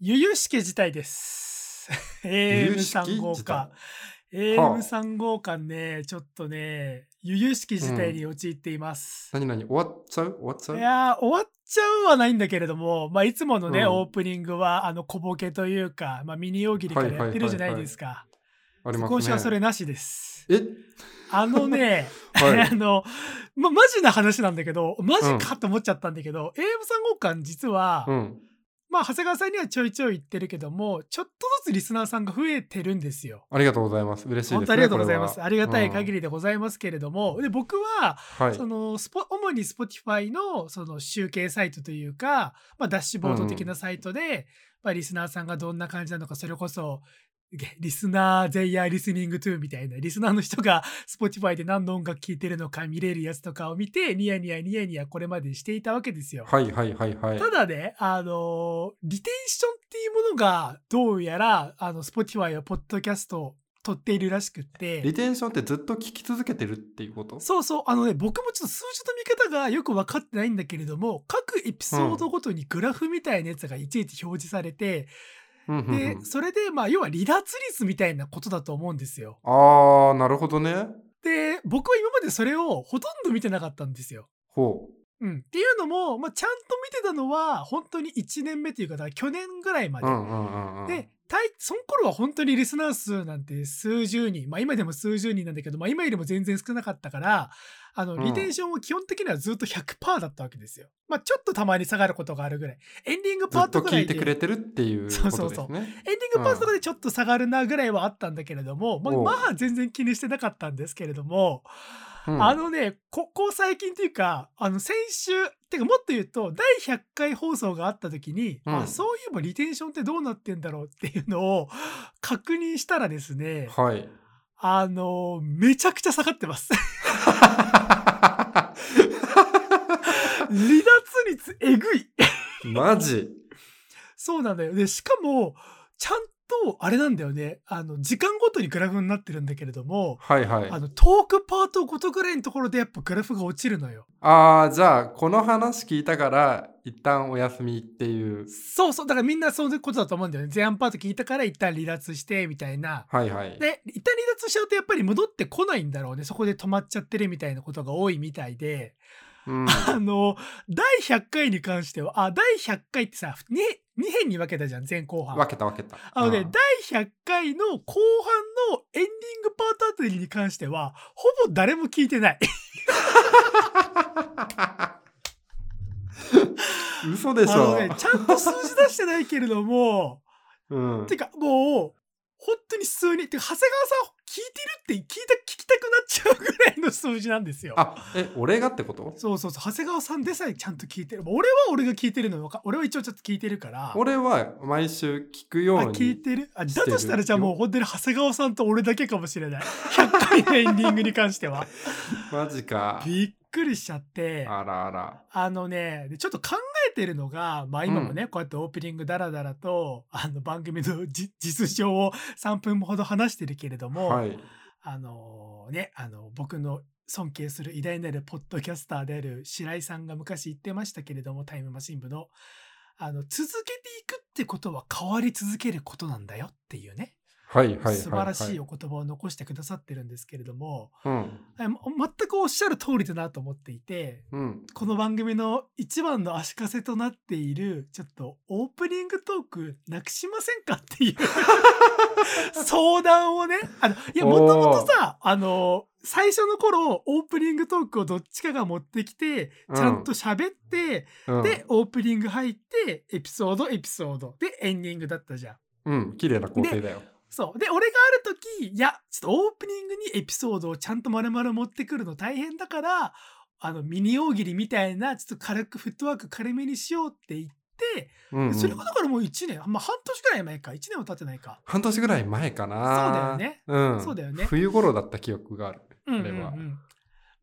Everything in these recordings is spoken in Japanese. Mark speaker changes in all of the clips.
Speaker 1: ゆゆしけ自体 です。AM3 号館。
Speaker 2: はあ
Speaker 1: AM3 号館ね、ちょっとね、ゆゆしき事態に陥っています。
Speaker 2: 何何終わっちゃう終わっちゃう
Speaker 1: いやー、終わっちゃうはないんだけれども、まあ、いつものね、
Speaker 2: うん
Speaker 1: オープニングは、あの、小ボケというか、まあ、ミニ大喜利からやってるじゃないですか。
Speaker 2: ありますね。
Speaker 1: 今週はそれなしです。
Speaker 2: え
Speaker 1: あの ね、
Speaker 2: はい
Speaker 1: あ。の、ま、マジな話なんだけど、マジ
Speaker 2: う
Speaker 1: かと思っちゃったんだけど、AM3 号館実は、
Speaker 2: うん。
Speaker 1: まあ、長谷川さんにはちょいちょい言ってるけども、ちょっとずつリスナーさんが増えてるんですよ。
Speaker 2: ありがとうございます。嬉しいです、ね。
Speaker 1: 本当ありがとうございます。ありがたい限
Speaker 2: り。
Speaker 1: りでございますけれども、で僕は、
Speaker 2: うんはい。
Speaker 1: そのスポ主に Spotify のその集計サイトというか、まあ、ダッシュボード的なサイトで、まあ、リスナーさんがどんな感じなのか、それこそ、げリスナー、ゼイヤーリスニングトゥーみたいな、リスナーの人が Spotify で何の音楽聴いてるのか見れるやつとかを見て、ニヤニヤニヤニヤこれまでしていたわけですよ。
Speaker 2: はいはいはいはい。
Speaker 1: ただね、あのーリテンションっていうものが、どうやら、あの、Spotify はポッドキャストを撮っているらしくっ
Speaker 2: リ
Speaker 1: て、
Speaker 2: テンションってずっと聞き続けてるっていうこと
Speaker 1: そうそう、あのね、僕もちょっと数字の見方がよく分かってないんだけれども、各エピソードごとにグラフみたいなやつがいちいち表示されて、
Speaker 2: うんうんう
Speaker 1: で
Speaker 2: ん、
Speaker 1: それで、まあ、要は離脱率みたいなことだと思うんですよ。
Speaker 2: あー、なるほどね。
Speaker 1: で、僕は今までそれをほとんど見てなかったんですよ。
Speaker 2: ほ
Speaker 1: うん、っていうのも、まあ、ちゃんと見てたのは、本当に1年目というか、だから去年ぐらいま
Speaker 2: う。
Speaker 1: で
Speaker 2: う。んうんうんうん。
Speaker 1: で、大その頃は本当にリスナー数なんて数十人、まあ今でも数十人なんだけど、まあ今よりも全然少なかったから、あの、
Speaker 2: うん
Speaker 1: リテンションを基本的にはずっと100%だったわけですよ。まあちょっとたまに下がることがあるぐらい。エンディング
Speaker 2: ず
Speaker 1: パ
Speaker 2: っ
Speaker 1: ー
Speaker 2: と
Speaker 1: トぐら
Speaker 2: 聞
Speaker 1: い
Speaker 2: い
Speaker 1: で。
Speaker 2: てくれてるっていうことです
Speaker 1: そう
Speaker 2: ね。
Speaker 1: そうそうエンディングパートとかでちょっと下がるなぐらいはあったんだけれども、まあ
Speaker 2: おう
Speaker 1: まあ全然気にしてなかったんですけれども、
Speaker 2: うん
Speaker 1: あのね、ここ最近というか、あの先週、てかもっと言うと、第100回放送があった時に、
Speaker 2: うん
Speaker 1: あそういえばリテンションってどうなってんだろうっていうの を確認したらですね、
Speaker 2: はい。
Speaker 1: あの、めちゃくちゃ下がってます。離脱率えぐい。
Speaker 2: マジ
Speaker 1: そうなんだよ。で、しかも、ちゃんと、あれなんだよね、あの、時間ごとにグラフになってるんだけれども、
Speaker 2: はいはい。
Speaker 1: あの、トークパートごとぐらいのところでやっぱグラフが落ちるのよ。
Speaker 2: ああ、じゃあ、この話聞いたから、一旦お休みっていう。
Speaker 1: そうそう、だからみんなそういうことだと思うんだよね。前半パート聞いたから一旦離脱して、みたいな。
Speaker 2: はいはい。
Speaker 1: で、一旦離脱しちゃうとやっぱり戻ってこないんだろうね。そこで止まっちゃってるみたいなことが多いみたいで。
Speaker 2: うん、
Speaker 1: あの、第100回に関しては、あ、第100回ってさ、2, 二編に分けたじゃん、前後半。
Speaker 2: 分けた分けた。
Speaker 1: あのね、
Speaker 2: うん
Speaker 1: 第100回の後半のエンディングパートあたりに関しては、ほぼ誰も聞いてない。
Speaker 2: 嘘でし
Speaker 1: あの
Speaker 2: ょ。
Speaker 1: ね、ちゃんと数字出してないけれども、
Speaker 2: うん
Speaker 1: て、かもう本当に数人てか長谷川さん聞いてるって聞いた聞きたくなっちゃうぐらいの数字なんですよ。
Speaker 2: あえ俺がってこと
Speaker 1: そうそうそう長谷川さんでさえちゃんと聞いてる俺は俺が聞いてるのわか俺は一応ちょっと聞いてるから
Speaker 2: 俺は毎週聞くよ
Speaker 1: あ
Speaker 2: う
Speaker 1: 聞い
Speaker 2: に
Speaker 1: てるあ
Speaker 2: して
Speaker 1: だ
Speaker 2: る
Speaker 1: としたらじゃあもう本当に長谷川さんと俺だけかもしれない100回のエンディングに関 しては
Speaker 2: マジか
Speaker 1: びっくりしちゃって
Speaker 2: あらあら
Speaker 1: あのね、でちょっと考えてるのが、まあ今もね、こうやってオープニングダラダラと、あの番組のじ実情を3分ほど話してるけれども、
Speaker 2: はい
Speaker 1: あのね、あの、僕の尊敬する偉大なるポッドキャスターである白井さんが昔言ってましたけれども、タイムマシン部の、あの、続けていくってことは変わり続けることなんだよっていうね、
Speaker 2: はいはいはい
Speaker 1: 素晴らしい
Speaker 2: よ、
Speaker 1: お言葉を残してくださってるんですけれども、
Speaker 2: うん
Speaker 1: あま全くおっしゃる通りだなと思っていて、
Speaker 2: うん、
Speaker 1: この番組の一番の足かせとなっている、ちょっとオープニングトークなくしませんかって いう相談をね、あの、いや、もともとさ、あの、最初の頃、オープニングトークをどっちかが持ってきて、
Speaker 2: うん
Speaker 1: ちゃんと喋って、
Speaker 2: うん、
Speaker 1: で、オープニング入って、エピソード、エピソード、で、エンディングだったじゃん。
Speaker 2: うん綺麗な工程だよ
Speaker 1: そう。で、俺がある時、いや、ちょっとオープニングにエピソードをちゃんと丸々持ってくるの大変だから、あの、ミニ大喜利みたいな、ちょっと軽くフットワーク軽めにしようって言って、
Speaker 2: うんうん
Speaker 1: それもだからもう1年、まあ半年くらい前か、1年は経ってないか。
Speaker 2: 半年ぐらい前か
Speaker 1: そうだ
Speaker 2: な
Speaker 1: よね。
Speaker 2: うん、
Speaker 1: そうだよね
Speaker 2: 冬頃だった記憶がある
Speaker 1: うんうん、う
Speaker 2: あれは
Speaker 1: ん。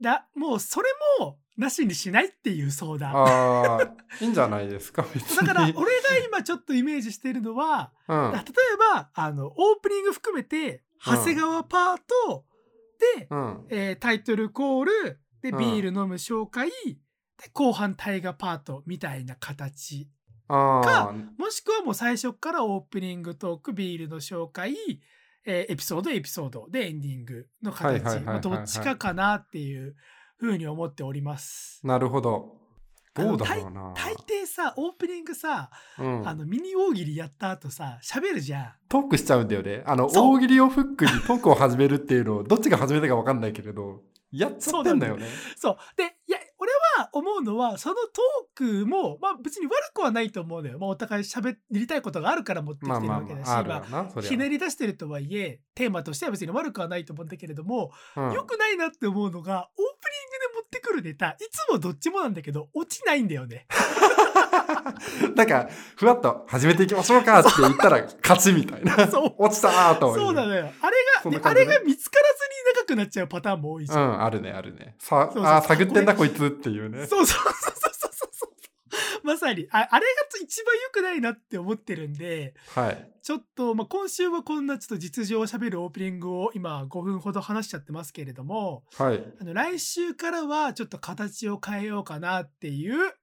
Speaker 1: だ、もうそれも、なしにしないっていう相談。
Speaker 2: あーいいんじゃないですか別
Speaker 1: だ
Speaker 2: に
Speaker 1: から、俺が今ちょっとイメージしてるのは、
Speaker 2: うん
Speaker 1: 例えば、あの、オープニング含めて、
Speaker 2: うん
Speaker 1: 長谷川パートで、
Speaker 2: うん
Speaker 1: えータイトルコールで
Speaker 2: うん
Speaker 1: ビール飲む紹介、で後半大河パートみたいな形
Speaker 2: ああ、
Speaker 1: もしくはもう最初からオープニングトーク、ビールの紹介、えーエピソード、エピソードでエンディングの
Speaker 2: はい
Speaker 1: 形、
Speaker 2: はいはいはいはい
Speaker 1: まあどっちかかなっていうふうに思っております。
Speaker 2: なるほど。どうだろうな。
Speaker 1: 大抵さ、オープニングさ、
Speaker 2: うん
Speaker 1: あのミニ大喜利やった後さ、喋るじゃん。
Speaker 2: トークしちゃうんだよね。あの、
Speaker 1: そう
Speaker 2: 大喜利をフックにトークを始めるっていうのを、どっちが始めたかわかんないけれど、やっちゃってんだよね。
Speaker 1: そう。で、いや、俺は思うのは、そのトークも、まあ別に悪くはないと思うのよ。まあお互い喋りたいことがあるから持ってき
Speaker 2: まあ
Speaker 1: てる
Speaker 2: まあ
Speaker 1: わけだし、
Speaker 2: まあ、あるわな、そ
Speaker 1: まあ
Speaker 2: りゃ
Speaker 1: ひねり出してるとはいえ、テーマとしては別に悪くはないと思うんだけれども、
Speaker 2: うん
Speaker 1: 良くないなって思うのが、オープニングで持ってくるネタ、いつもどっちもなんだけど、落ちないんだよ ね。
Speaker 2: なんか、ふわっと始めていきましょうかって言ったら、勝ちみたいな。
Speaker 1: そう
Speaker 2: 落ちたーとは言
Speaker 1: そうなのよ。あれ
Speaker 2: そ
Speaker 1: が、で
Speaker 2: んな
Speaker 1: あ
Speaker 2: 感じ
Speaker 1: れ
Speaker 2: ね
Speaker 1: が見つからずに長くなっちゃうパターンも多いし。
Speaker 2: うん、あるね、あるね。さ
Speaker 1: そうそう
Speaker 2: あー、探ってんだ、こいつっていうね。
Speaker 1: そうそうそうそうそうそう。まさに、ああれが一番良くないなって思ってるんで、
Speaker 2: はい。
Speaker 1: ちょっと、まあ、今週はこんなちょっと実情を喋るオープニングを今5分ほど話しちゃってますけれども、
Speaker 2: はい。
Speaker 1: あの来週からはちょっと形を変えようかなっていう、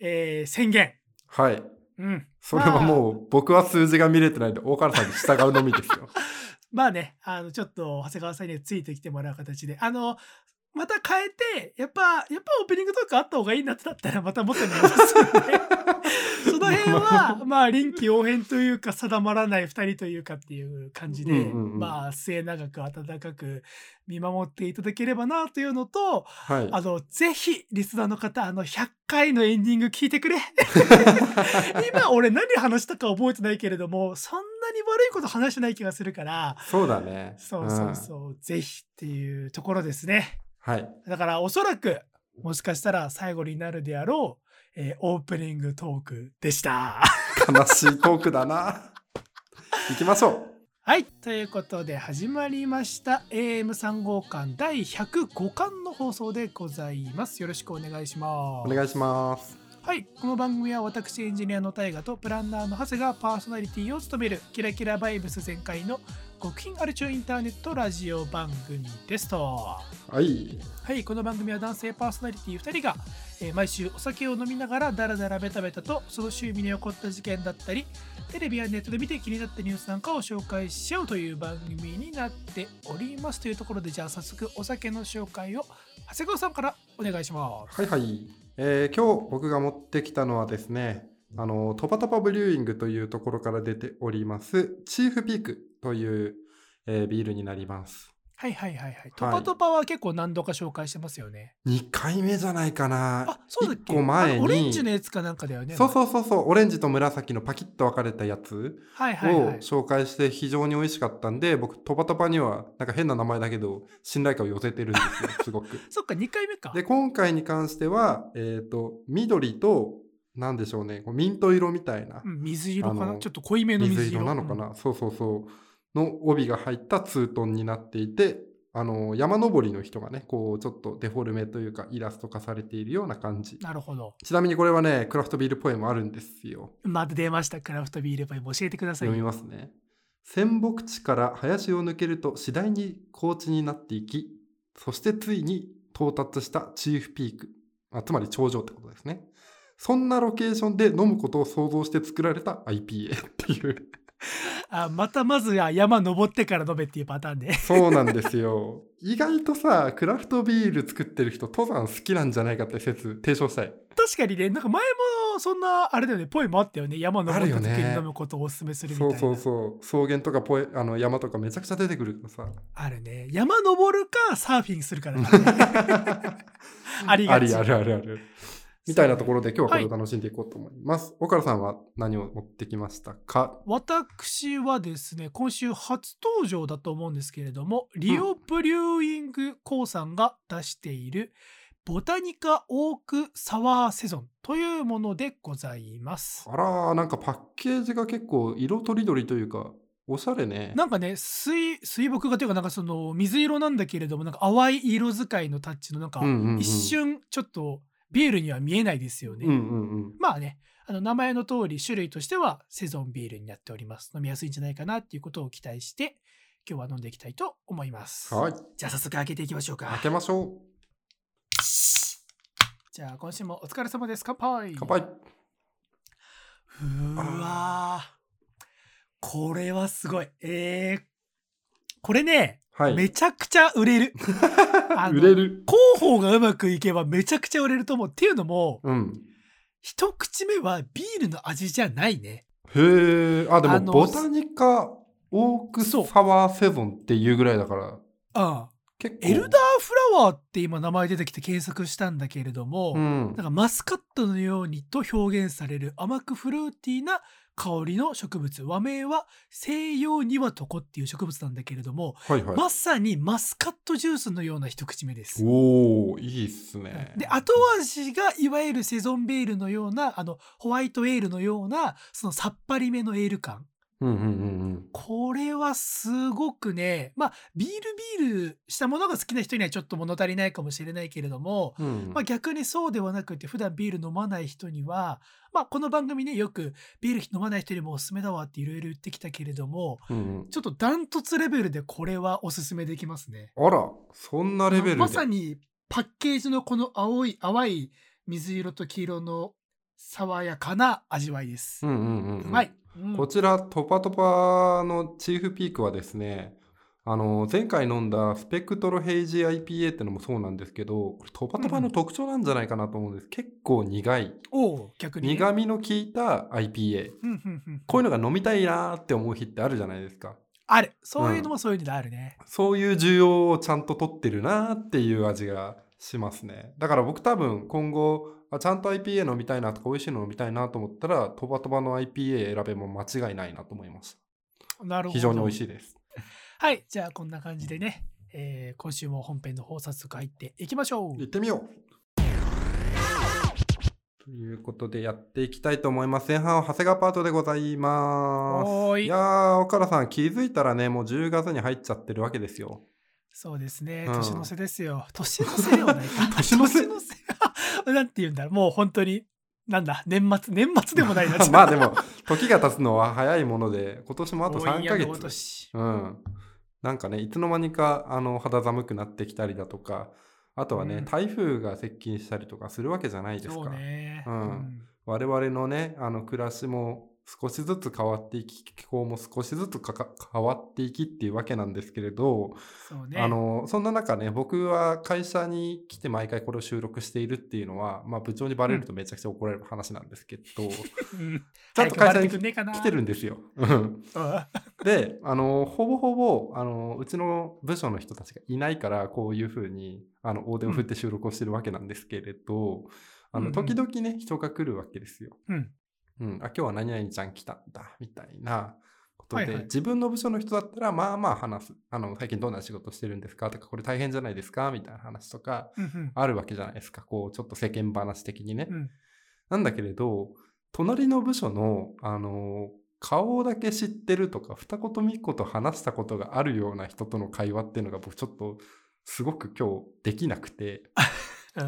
Speaker 1: えー宣言。
Speaker 2: はい。
Speaker 1: うん。
Speaker 2: それは
Speaker 1: まあ、
Speaker 2: もう、僕は数字が見れてないんで、大川さんに従うのみです よ。
Speaker 1: まあね、あの、ちょっと長谷川さんにはついてきてもらう形で、あの、また変えて、やっぱ、やっぱオープニングトークあった方がいいなってなったら、また元に戻 すんで、その辺は、まあ、臨機応変というか、定まらない2人というかっていう感じで、
Speaker 2: うんうんうん
Speaker 1: まあ、末永く温かく見守っていただければなというのと、
Speaker 2: はい。
Speaker 1: あの、ぜひ、リスナーの方、あの、100回のエンディング聞い てくれ。今、俺何話したか覚えてないけれども、そんなに悪いこと話してない気がするから、
Speaker 2: そうだね。
Speaker 1: そうそ
Speaker 2: ん
Speaker 1: うそう、ぜひっていうところですね。
Speaker 2: はい。
Speaker 1: だからおそらくもしかしたら最後になるであろう、えーオープニングトークでした。
Speaker 2: 悲しいトークだな。行きましょう。
Speaker 1: はい、ということで始まりました。AM3 号館第105巻の放送でございます。よろしくお願いしま
Speaker 2: お
Speaker 1: す。
Speaker 2: 願いします。
Speaker 1: はい、この番組は私エンジニアの大河とプランナーの長谷がパーソナリティを務めるキラキラバイブス全開の極貧アルチュインターネットラジオ番組ですと。
Speaker 2: はい。
Speaker 1: はい、この番組は男性パーソナリティ2人が、えー毎週お酒を飲みながらダラダラベタベタとその週に起こった事件だったりテレビやネットで見て気になったニュースなんかを紹介し合うという番組になっておりますというところでじゃあ早速お酒の紹介を長谷川さんからお願いします。
Speaker 2: はいはい。えー今日僕が持ってきたのはですね、あの、トパトパブリューイングというところから出ております、チーフピークという、えービールになります。
Speaker 1: はいはいはいはい。トパトパは結構何度か紹介してますよね。
Speaker 2: 2回目じゃないかな。
Speaker 1: あそうだっけ
Speaker 2: 1個前
Speaker 1: あ
Speaker 2: に。
Speaker 1: のオレンジのやつかなんかだよね。
Speaker 2: そうそうそうそう、オレンジと紫のパキッと分かれたやつ
Speaker 1: はい
Speaker 2: を
Speaker 1: はいはい。
Speaker 2: 紹介して非常に美味しかったんで、僕、トパトパにはなんか変な名前だけど、信頼感を寄せてるんですよ、すごく。
Speaker 1: そっか2回目か。
Speaker 2: で、今回に関しては、えっ、と、緑と、なんでしょうね、こうミント色みたいな
Speaker 1: う、ん水色か
Speaker 2: あ
Speaker 1: な
Speaker 2: の
Speaker 1: ちょっと濃いめの水
Speaker 2: 水
Speaker 1: 色
Speaker 2: 色なのかな、そうそうそう、の帯が入ったツートンになっていて、あの、山登りの人がね、こう、ちょっとデフォルメというか、イラスト化されているような感じ。
Speaker 1: なるほど。
Speaker 2: ちなみにこれはね、クラフトビールポエムあるんですよ。
Speaker 1: また出ました。クラフトビールパイも教えてくださいよ。
Speaker 2: 読みますね。仙北地から林を抜けると次第に高地になっていき、そしてついに到達したチーフピーク、あつまり頂上ってことですね。そんなロケーションで飲むことを想像して作られた IPA っていう。
Speaker 1: あまたまずは山登ってから飲めっていうパターンで。
Speaker 2: そうなんですよ。 意外とさ、クラフトビール作ってる人、登山好きなんじゃないかって説提唱したい。
Speaker 1: 確かにね、なんか前もそんなあれだよね、ポイもあったよね。山登った時
Speaker 2: あるよ
Speaker 1: に
Speaker 2: ね
Speaker 1: 飲むことをお勧めするみたい
Speaker 2: そ
Speaker 1: な。
Speaker 2: うそうそう。草原とかポエあの山とかめちゃくちゃ出てくる からさ。
Speaker 1: あるね。山登るかサーフィンするから、ね。 あり
Speaker 2: あ
Speaker 1: がち
Speaker 2: りあるあるある。みたいなところで今日はこれを楽しんでいこうと思います。岡田さんは何を持ってきましたか
Speaker 1: 私はですね、今週初登場だと思うんですけれども、リオブリューイングコーさんが出している、ボタニカオークサワーセゾンというものでございます。
Speaker 2: あらー、なんかパッケージが結構色とりどりというか、おしゃれね。
Speaker 1: なんかね水水墨画というかなんかその水色なんだけれどもなんか淡い色使いのタッチのなんか
Speaker 2: うんうんうん
Speaker 1: 一瞬ちょっとビールには見えないですよね。
Speaker 2: うんうんうん。
Speaker 1: まあねあの名前の通り種類としてはセゾンビールになっております飲みやすいんじゃないかなっていうことを期待して今日は飲んでいきたいと思います。
Speaker 2: はい。
Speaker 1: じゃあ早速開けていきましょう
Speaker 2: 開
Speaker 1: か。
Speaker 2: けましょ
Speaker 1: じゃあ今週もお疲れ様です乾杯
Speaker 2: う。乾杯。
Speaker 1: うわーこれはすごい。えー、これね、
Speaker 2: はい。
Speaker 1: めちゃくちゃ売 れる。あの
Speaker 2: 売れる。
Speaker 1: 広報がうまくいけばめちゃくちゃ売れると思う。っていうのも、
Speaker 2: うん。
Speaker 1: 一口目はビールの味じゃないね。
Speaker 2: へえ。あ、で
Speaker 1: あ
Speaker 2: も、
Speaker 1: の
Speaker 2: ボタニカオークサワーセゾンっていうぐらいだから、
Speaker 1: うん。
Speaker 2: 結構。
Speaker 1: エルダーフラワーって今名前出てきて検索したんだけれども、
Speaker 2: うん
Speaker 1: なん。かマスカットのようにと表現される甘くフルーティーな香りの植物和名は西洋にはとこっていう植物なんだけれども、
Speaker 2: はいはい。
Speaker 1: まさにマスカットジュースのような一口目です。
Speaker 2: おおいいっすね。
Speaker 1: で後味がいわゆるセゾンベールのようなあのホワイトエールのようなそのさっぱりめのエール感
Speaker 2: うんうんうん
Speaker 1: これはすごくねまあビールビールしたものが好きな人にはちょっと物足りないかもしれないけれども、
Speaker 2: うん。うん
Speaker 1: まあ、逆にそうではなくて普段ビール飲まない人には、まあ、この番組ねよくビール飲まない人にもおすすめだわっていろいろ言ってきたけれども
Speaker 2: うん
Speaker 1: ちょっとダントツレベルでこれはおすすめできますね。
Speaker 2: うん、あら、そんなレベルで。
Speaker 1: まさにパッケージのこの青い淡い水色と黄色の爽やかな味わいです。
Speaker 2: うんうんうん、
Speaker 1: うまい、うん
Speaker 2: こちら、トパトパのチーフピークはですね、あの、前回飲んだスペクトロヘイジ IPA ってのもそうなんですけど、これトパトパの特徴なんじゃないかなと思うんです。結構苦い。
Speaker 1: おう逆にね、
Speaker 2: 苦味の効いた IPA。
Speaker 1: うんうんうん
Speaker 2: こういうのが飲みたいなーって思う日ってあるじゃないですか。
Speaker 1: あるそういうのもそういうのであるね。
Speaker 2: そういう需要をちゃんと取ってるなーっていう味がしますね。だから僕多分今後、あちゃんと IPA 飲みたいなとか美味しいの飲みたいなと思ったら、トバトバの IPA 選べも間違いないなと思いまし
Speaker 1: なるほ
Speaker 2: た。
Speaker 1: ど
Speaker 2: 非常に美味しいです。
Speaker 1: はいじゃあこんな感じでね、えー今週も本編の方早速入っていきましょ
Speaker 2: 行っ
Speaker 1: う。
Speaker 2: てみようということでやっていきたいと思います。前半は長谷川パートでございます。
Speaker 1: おー
Speaker 2: い
Speaker 1: い
Speaker 2: やー、岡田さん気づいたらね、もう10月に入っちゃってるわけです よ。
Speaker 1: そうですね、
Speaker 2: うん。
Speaker 1: 年の瀬ですよ。年の瀬ではないか
Speaker 2: 年の瀬。
Speaker 1: なんて言うんだろう、もう本当に、なんだ、年末、年末でもないな
Speaker 2: まあ でも、時が経つのは早いもので、今年もあと
Speaker 1: おい
Speaker 2: 3
Speaker 1: や
Speaker 2: ヶ
Speaker 1: のごと
Speaker 2: 月。
Speaker 1: し
Speaker 2: うん。なんかね、いつの間にかあの肌寒くなってきたりだとか、あとはね、
Speaker 1: うん
Speaker 2: 台風が接近したりとかするわけじゃないですか。
Speaker 1: そうね。
Speaker 2: うん我々のね、あの暮らしも少しずつ変わっていき、気候も少しずつかか変わっていきっていうわけなんですけれど、
Speaker 1: そうね。
Speaker 2: あのそんな中ね僕は会社に来て毎回これを収録しているっていうのは、まあ、部長にバレるとめちゃくちゃ怒られる話なんですけど、
Speaker 1: うん、
Speaker 2: ちゃんと会社
Speaker 1: 早く生まれて
Speaker 2: に
Speaker 1: くんねえかな
Speaker 2: 来てるんですよ。うん
Speaker 1: うん
Speaker 2: であのほぼほぼあのうちの部署の人たちがいないからこういうふうにあの大手を振って収録をしてるわけなんですけれど、あ
Speaker 1: うんう
Speaker 2: の
Speaker 1: ん
Speaker 2: 時々ね人が来るわけですよ。
Speaker 1: うん
Speaker 2: うん、あ今日は何々ちゃん来たんだみたいなことで、
Speaker 1: はいはい
Speaker 2: 自分の部署の人だったらまあまあ話すあの最近どんな仕事してるんですかとかこれ大変じゃないですかみたいな話とか
Speaker 1: うん
Speaker 2: あるわけじゃないですかこうちょっと世間話的にね。
Speaker 1: うん
Speaker 2: なんだけれど隣の部署の、あの顔だけ知ってるとか二言三言話したことがあるような人との会話っていうのが僕ちょっとすごく今日できなくて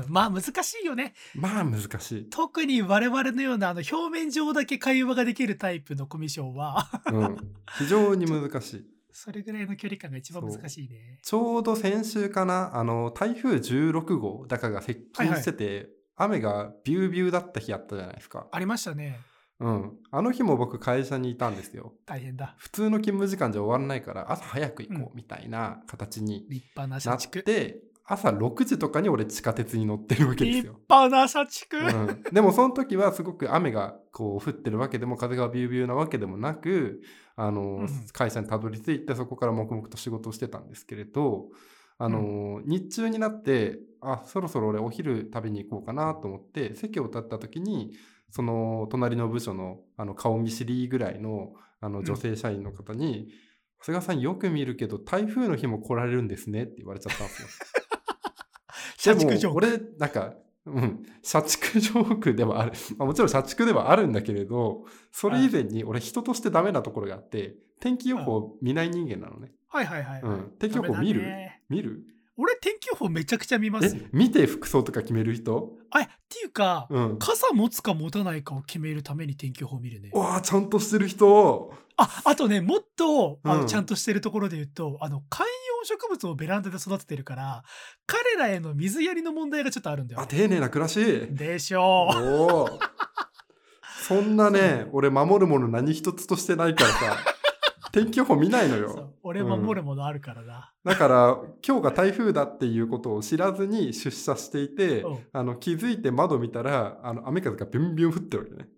Speaker 1: うんまあ難しいよね。
Speaker 2: まあ難しい。
Speaker 1: 特に我々のようなあの表面上だけ会話ができるタイプのコミュ障は、
Speaker 2: うん、非常に難しい。
Speaker 1: それぐらいの距離感が一番難しいね。
Speaker 2: ちょうど先週かな、あの台風16号だかが接近してて、雨がビュービューだった日あったじゃないですか。
Speaker 1: ありましたね。
Speaker 2: うん。あの日も僕、会社にいたんですよ。
Speaker 1: 大変だ。
Speaker 2: 普通の勤務時間じゃ終わらないから、朝早く行こ
Speaker 1: う
Speaker 2: うみたいな形に
Speaker 1: 立派な
Speaker 2: な
Speaker 1: 社
Speaker 2: っ
Speaker 1: 畜。
Speaker 2: て、朝6時とかに俺、地下鉄に乗ってるわけです
Speaker 1: 立
Speaker 2: よ。
Speaker 1: 派な社畜。
Speaker 2: うん、でもその時はすごく雨がこう降ってるわけでも風がビュービューなわけでもなくあの、
Speaker 1: うん
Speaker 2: 会社にたどり着いてそこから黙々と仕事をしてたんですけれどあの、日中になってあそろそろ俺お昼食べに行こうかなと思って席を立った時にその隣の部署のあの顔見知りぐらいのあの
Speaker 1: ん
Speaker 2: 女性社員の方に「長谷川さんよく見るけど台風の日も来られるんですね」って言われちゃったんですよ。
Speaker 1: 社畜
Speaker 2: で
Speaker 1: 上
Speaker 2: も俺なんか、うん、社畜ジョークではある、 まあ、もちろん社畜ではあるんだけれどそれ以前に俺人としてダメなところがあって天気予報を見ない人間なのね、
Speaker 1: はいはいはい。
Speaker 2: うん、天気予報見
Speaker 1: ダメだ
Speaker 2: る
Speaker 1: ね
Speaker 2: 見る
Speaker 1: 俺天気予報めちゃくちゃ見ますよ
Speaker 2: え。見て服装とか決める人
Speaker 1: あっていうか、
Speaker 2: うん
Speaker 1: 傘持つか持たないかを決めるために天気予報見るね。
Speaker 2: わあちゃんとしてる人
Speaker 1: ああとねもっとあの、
Speaker 2: うん
Speaker 1: ちゃんとしてるところで言うとあの観葉植物をベランダで育ててるから彼らへの水やりの問題がちょっとあるんだよ
Speaker 2: あ
Speaker 1: ね。
Speaker 2: 丁寧な暮らし
Speaker 1: でしょう。
Speaker 2: おおそんなね、俺守るもの何一つとしてないから さ、天気予報見ないの
Speaker 1: そ
Speaker 2: よ。
Speaker 1: う俺守るものあるからな。
Speaker 2: だから、今日が台風だっていうことを知らずに出社していて、
Speaker 1: うん
Speaker 2: あの気づいて窓見たら、あの雨風がビュンビュン降ってるわけね。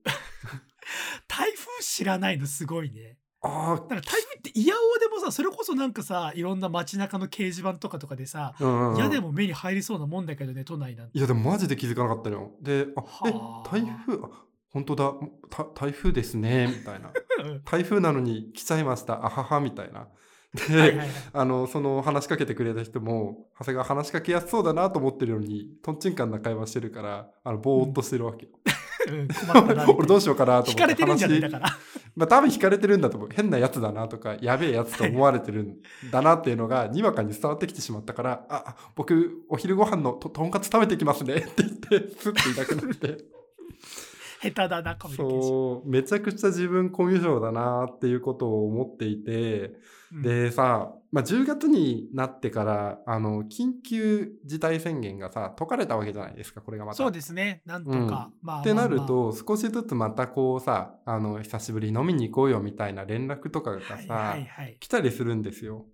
Speaker 1: 台風知らないのすごいね。
Speaker 2: あ
Speaker 1: だから台風って嫌おうでもさ、それこそなんかさ、いろんな街中の掲示板とかとかでさ、
Speaker 2: あ、うんうんうん
Speaker 1: 嫌でも目に入りそうなもんだけどね、都内なんて。
Speaker 2: いやでもマジで気づかなかったのよ。で、あえ
Speaker 1: はあ
Speaker 2: 台風あ本当だた台風ですねみたいな
Speaker 1: うん
Speaker 2: 台風なのに来ちゃいましたあははみたいな。で、
Speaker 1: はいはいはい
Speaker 2: あのその話しかけてくれた人も長谷川話しかけやすそうだなと思ってるのにとんちんかんな会話してるからあのぼーっとしてるわけよ。
Speaker 1: うん困ったなみたい
Speaker 2: 俺
Speaker 1: な
Speaker 2: どうしようかなと
Speaker 1: 惹
Speaker 2: 思
Speaker 1: かれ
Speaker 2: って
Speaker 1: てるんじゃないだ
Speaker 2: 話
Speaker 1: から。
Speaker 2: まあ多分惹かれてるんだと思う変なやつだなとかやべえやつと思われてるんだなっていうのがにわかに伝わってきてしまったから「ああ僕お昼ご飯のととんかつ食べてきますね」って言ってスッといなくなって
Speaker 1: 下手だな、コミュニケーション
Speaker 2: そうめちゃくちゃ自分コミュ障だなっていうことを思っていて。
Speaker 1: うん
Speaker 2: でさ、まあ、10月になってからあの緊急事態宣言がさ解かれたわけじゃないですかこれがまた。
Speaker 1: そうですね、なんとか。まあ、
Speaker 2: ってなる
Speaker 1: まあま
Speaker 2: と少しずつまたこうさあの久しぶりに飲みに行こうよみたいな連絡とかが
Speaker 1: あ
Speaker 2: さ、
Speaker 1: はいはいはい。
Speaker 2: 来たりするんですよ。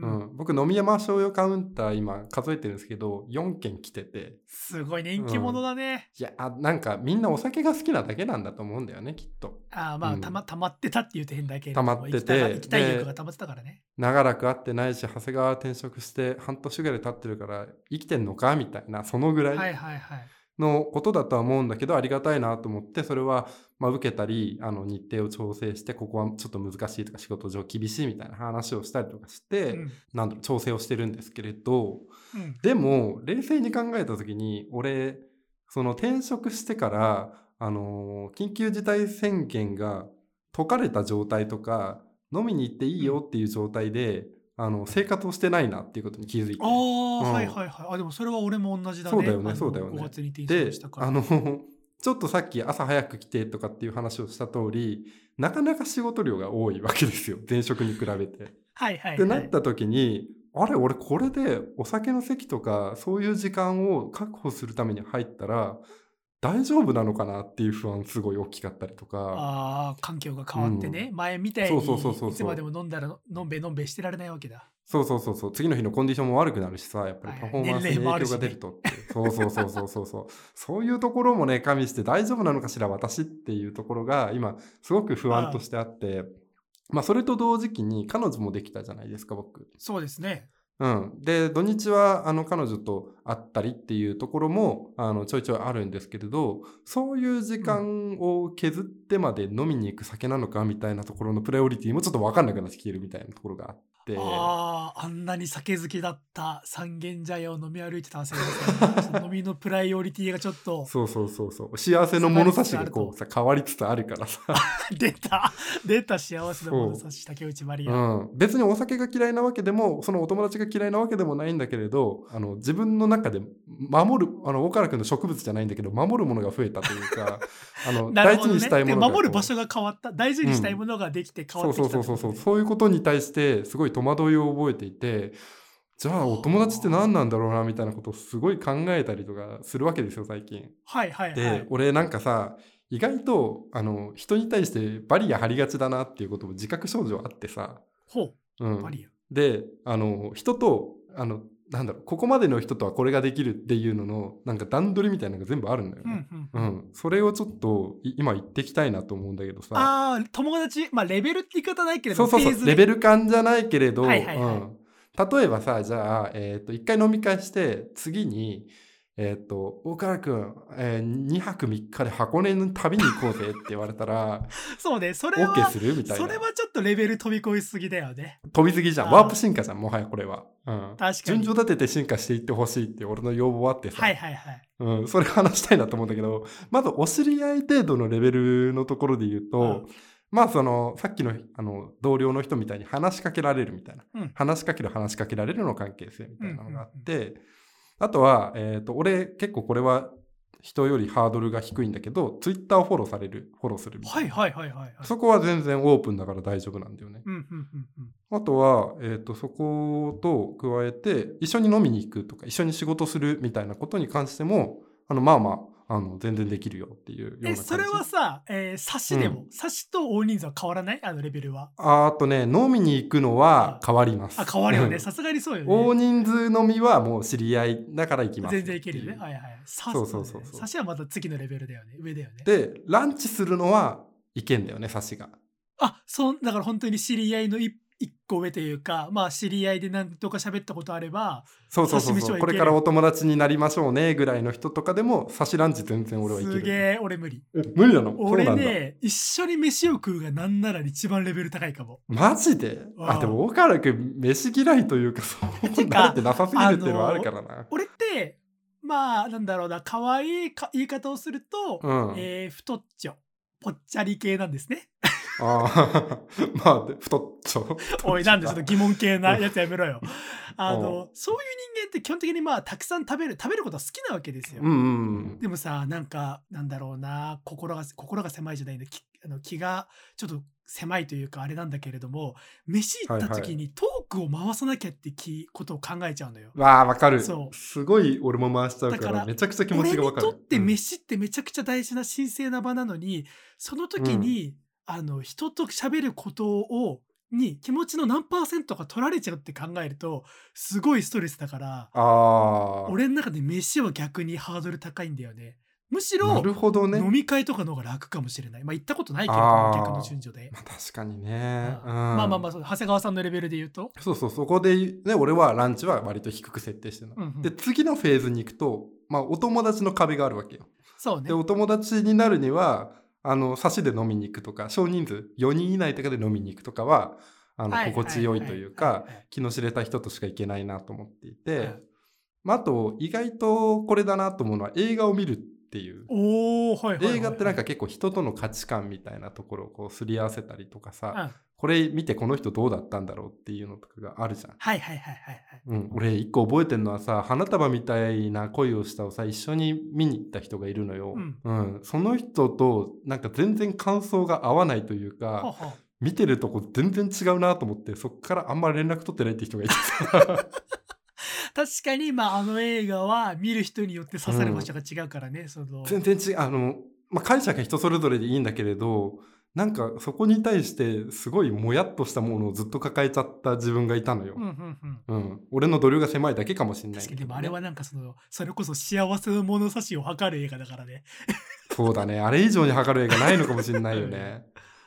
Speaker 1: う
Speaker 2: うんん僕飲み山商用カウンター今数えてるんですけど4件来てて
Speaker 1: すごい人気者だね。
Speaker 2: いやあなんかみんなお酒が好きなだけなんだと思うんだよねきっと
Speaker 1: ああまあ、
Speaker 2: うん
Speaker 1: たま、たまってたって言うと変だけれ
Speaker 2: 溜
Speaker 1: ども
Speaker 2: まってて
Speaker 1: 行きたが行きたい
Speaker 2: で
Speaker 1: 欲がたまってたからね。
Speaker 2: 長らく会ってないし長谷川転職して半年ぐらい経ってるから生きてんのかみたいなそのぐ
Speaker 1: はいは
Speaker 2: ら
Speaker 1: い
Speaker 2: い
Speaker 1: はい。
Speaker 2: のことだとは思うんだけどありがたいなと思ってそれはまあ受けたりあの日程を調整してここはちょっと難しいとか仕事上厳しいみたいな話をしたりとかして、
Speaker 1: うん
Speaker 2: なんだろう調整をしてるんですけれど
Speaker 1: うん
Speaker 2: でも冷静に考えた時に俺その転職してから、あのー緊急事態宣言が解かれた状態とか飲みに行っていいよっていう状態で、あの生活をしてないなっていうことに気づいて
Speaker 1: ああ、
Speaker 2: うん
Speaker 1: はいはいはい。あ、でもそれは俺も同じだね。
Speaker 2: そうだよね
Speaker 1: あの
Speaker 2: そうだよね
Speaker 1: 5月に転
Speaker 2: で
Speaker 1: 職したから。
Speaker 2: あの ちょっとさっき朝早く来てとかっていう話をした通りなかなか仕事量が多いわけですよ前職に比べて。
Speaker 1: はいはい、はい。
Speaker 2: ってなった時に、あれ俺これでお酒の席とかそういう時間を確保するために入ったら大丈夫なのかなっていう不安すごい大きかったりとか
Speaker 1: ああ、環境が変わってね。前みたいに、
Speaker 2: そうそうそうそうそう
Speaker 1: いつまでも飲んだらの、のんべえのんべえしてられないわけだ。
Speaker 2: そうそうそうそう次の日のコンディションも悪くなるしさやっぱり
Speaker 1: はい
Speaker 2: パ
Speaker 1: はい
Speaker 2: フォーマンスに
Speaker 1: 年齢もあ
Speaker 2: 影
Speaker 1: るし
Speaker 2: 響が
Speaker 1: ね
Speaker 2: 出るとっていうそうそうそうそうそうそう そういうところもね加味して大丈夫なのかしら私っていうところが今すごく不安としてあってまあそれと同時期に彼女もできたじゃないですか僕。
Speaker 1: そうですね。
Speaker 2: うん、で土日はあの彼女と会ったりっていうところもあのちょいちょいあるんですけれどそういう時間を削ってまで飲みに行く酒なのかみたいなところのプライオリティもちょっと分かんなくなってきてるみたいなところがあって
Speaker 1: ああ、あんなに酒好きだった三軒茶屋を飲み歩いてたんですけど、飲みのプライオリティがちょっと
Speaker 2: そうそうそうそう幸せの物差し
Speaker 1: 下がりつつあ
Speaker 2: が
Speaker 1: る
Speaker 2: ことうさ変わりつつあるからさ、
Speaker 1: 出た出た幸せなものさし竹内まり
Speaker 2: う
Speaker 1: や、
Speaker 2: ん、別にお酒が嫌いなわけでもそのお友達が嫌いなわけでもないんだけれどあの自分の中で守るあの岡原君の植物じゃないんだけど守るものが増えたというかあの
Speaker 1: なる
Speaker 2: 大
Speaker 1: ほ
Speaker 2: 事
Speaker 1: ど
Speaker 2: にしたい
Speaker 1: ね
Speaker 2: も
Speaker 1: で
Speaker 2: のがこう
Speaker 1: 守る場所が変わった大事にしたいものができて変わ
Speaker 2: そう
Speaker 1: って
Speaker 2: そう
Speaker 1: きた
Speaker 2: そうそうそう
Speaker 1: う
Speaker 2: そういうことに対してすごい戸惑いを覚えていてじゃあお友達って何なんだろうなみたいなことをすごい考えたりとかするわけですよ最近。
Speaker 1: はいはいはい、
Speaker 2: で、俺なんかさ意外とあの人に対してバリア張りがちだなっていうことも自覚症状あってさ、
Speaker 1: ほ
Speaker 2: う
Speaker 1: うマ
Speaker 2: ん、
Speaker 1: リ
Speaker 2: であの人とあのなんだろうここまでの人とはこれができるっていうののなんか段取りみたいなのが全部あるんだよ
Speaker 1: ア、うん
Speaker 2: ね。
Speaker 1: うん
Speaker 2: うんそれをちょっとい今言ってきたいなと思うんだけどさ。
Speaker 1: ああ友達まあレベルって言い方ないけれ
Speaker 2: そ
Speaker 1: ど
Speaker 2: うそう
Speaker 1: フ
Speaker 2: そ
Speaker 1: ェーズ
Speaker 2: う
Speaker 1: ね
Speaker 2: レベル感じゃないけれど、
Speaker 1: はいはいはい
Speaker 2: うん、例えばさじゃあ、えー、と1回飲み会して次に「えー、と大川君、え2泊3日で箱根の旅に行こうぜ」って言われたら
Speaker 1: そうね そ
Speaker 2: 「
Speaker 1: れは
Speaker 2: OK する?」みたい
Speaker 1: そ
Speaker 2: な
Speaker 1: れはちょっとレベル飛び越えすぎだよね
Speaker 2: 飛びすぎじゃん
Speaker 1: あー
Speaker 2: ワープ進化じゃんもはやこれは、うん、
Speaker 1: 確か
Speaker 2: 順
Speaker 1: に
Speaker 2: 序立てて進化していってほしいって俺の要望あってさ、
Speaker 1: はいはいはい
Speaker 2: うん、それ話したいなと思うんだけどまずお知り合い程度のレベルのところで言うと、まあそのさっきのあの同僚の人みたいに話しかけられるみたいな、
Speaker 1: うん
Speaker 2: 話しかける話しかけられるの関係性みたいなのがあって、あとは、えー、と俺結構これは人よりハードルが低いんだけどツイッターをフォローされるフォローするみたいな、
Speaker 1: はいはいはいはいはい
Speaker 2: そこは全然オープンだから大丈夫なんだよね。
Speaker 1: うんうんうんうん
Speaker 2: あとは、えー、とそこと加えて一緒に飲みに行くとか一緒に仕事するみたいなことに関してもあのまあまああの全然できるよっていうような感
Speaker 1: え
Speaker 2: じ
Speaker 1: それはさ、えー、差しでも、差しと大人数は変わらないあのレベルは
Speaker 2: ああとね飲みに行くのは変わります
Speaker 1: あ変わるよ
Speaker 2: う
Speaker 1: ね
Speaker 2: ん
Speaker 1: さすがにそうよ
Speaker 2: 大
Speaker 1: ね
Speaker 2: 人数飲みはもう知り合いだから行きます
Speaker 1: 全然いけるよねはいはい差
Speaker 2: そうそうそうそう
Speaker 1: 差しはまた次のレベルだよね上だよね
Speaker 2: でランチするのは行けんだよねサシが
Speaker 1: あそんだから本当に知り合いの一一個上というかまあ知り合いで何とか喋ったことあれば
Speaker 2: そうそうそ
Speaker 1: 刺
Speaker 2: う
Speaker 1: 身ショー
Speaker 2: そ
Speaker 1: 行
Speaker 2: う
Speaker 1: ける
Speaker 2: これからお友達になりましょうねぐらいの人とかでもサシランチ全然俺はいける
Speaker 1: すげえ俺無理
Speaker 2: え無理なのそう
Speaker 1: 俺
Speaker 2: なんだ
Speaker 1: ね一緒に飯を食うがなんなら一番レベル高いかも
Speaker 2: マジで
Speaker 1: あ
Speaker 2: あ
Speaker 1: ー
Speaker 2: でも岡原君飯嫌いというかそう
Speaker 1: てか
Speaker 2: 慣れてなさすぎるっていうのはあるからな、
Speaker 1: 俺ってまあなんだろうな可愛いか言い方をすると、
Speaker 2: うん、
Speaker 1: えー太っちょぽっちゃり系なんですね
Speaker 2: あー まあで太っちょ
Speaker 1: おいなんでちょっと疑問系なやつやめろ よあ
Speaker 2: う
Speaker 1: のそういう人間って基本的にまあたくさん食べる食べることは好きなわけですよ、
Speaker 2: うんうん
Speaker 1: でもさなんかなんだろうな心が心が狭いじゃないんだきあの気がちょっと狭いというかあれなんだけれども飯行った時にトークを回さなきゃってきことを考えちゃうのよ。
Speaker 2: わあわかる
Speaker 1: そう
Speaker 2: すごい俺も回しちゃうか
Speaker 1: だから
Speaker 2: らめちゃくちゃ気持
Speaker 1: 俺
Speaker 2: ち
Speaker 1: に
Speaker 2: がわかる
Speaker 1: とって
Speaker 2: うん
Speaker 1: 飯ってめちゃくちゃ大事な神聖な場なのにその時に、あの人と喋ることをに気持ちの何パーセントか取られちゃうって考えるとすごいストレスだから
Speaker 2: ああ
Speaker 1: 俺の中で飯は逆にハードル高いんだよね。むしろ
Speaker 2: なるほどね
Speaker 1: 飲み会とかの方が楽かもしれない。まあ行ったことないけれど
Speaker 2: あ
Speaker 1: も
Speaker 2: ー
Speaker 1: 逆の順序で。
Speaker 2: まあ確かにね、
Speaker 1: うん
Speaker 2: うん
Speaker 1: まあまあまあそう長谷川さんのレベルで言うと。
Speaker 2: そうそうそこで、ね、俺はランチは割と低く設定してるの、
Speaker 1: うんうん
Speaker 2: で次のフェーズに行くと、まあ、お友達の壁があるわけよ
Speaker 1: そうね
Speaker 2: で。お友達になるにはあの差しで飲みに行くとか少人数4人以内とかで飲みに行くとかはあの
Speaker 1: はい
Speaker 2: 心地よいというか、
Speaker 1: はははい
Speaker 2: 気の知れた人としか行けないなと思っていて、
Speaker 1: うん
Speaker 2: まあ、あと意外とこれだなと思うのは映画を見るっていう
Speaker 1: おおはいはいはい。
Speaker 2: 映画ってなんか結構人との価値観みたいなところをこうすり合わせたりとかさ、
Speaker 1: うん
Speaker 2: これ見てこの人どうだったんだろうっていうのとかがあるじゃん。
Speaker 1: はいはいはいはいはい。
Speaker 2: うん、俺一個覚えてるのはさ花束みたいな恋をしたをさ一緒に見に行った人がいるのよ、
Speaker 1: うん
Speaker 2: んその人となんか全然感想が合わないという
Speaker 1: ほう
Speaker 2: か
Speaker 1: ほう
Speaker 2: 見てるとこ全然違うなと思ってそっからあんま連絡取ってないって人がいて
Speaker 1: 確かにまああの映画は見る人によって刺さる場所が 違うからね。その
Speaker 2: 全然違うあの、まあ、解釈は人それぞれでいいんだけれどなんかそこに対してすごいもやっとしたものをずっと抱えちゃった自分がいたのよ、
Speaker 1: うんうんうん。
Speaker 2: うん、俺の度量が狭いだけかもしれない
Speaker 1: 確か
Speaker 2: けどね、
Speaker 1: にでもあれはなんかそのそれこそ幸せの物差しを測る映画だからね。
Speaker 2: そうだね。あれ以上に測る映画ないのかもしれないよね。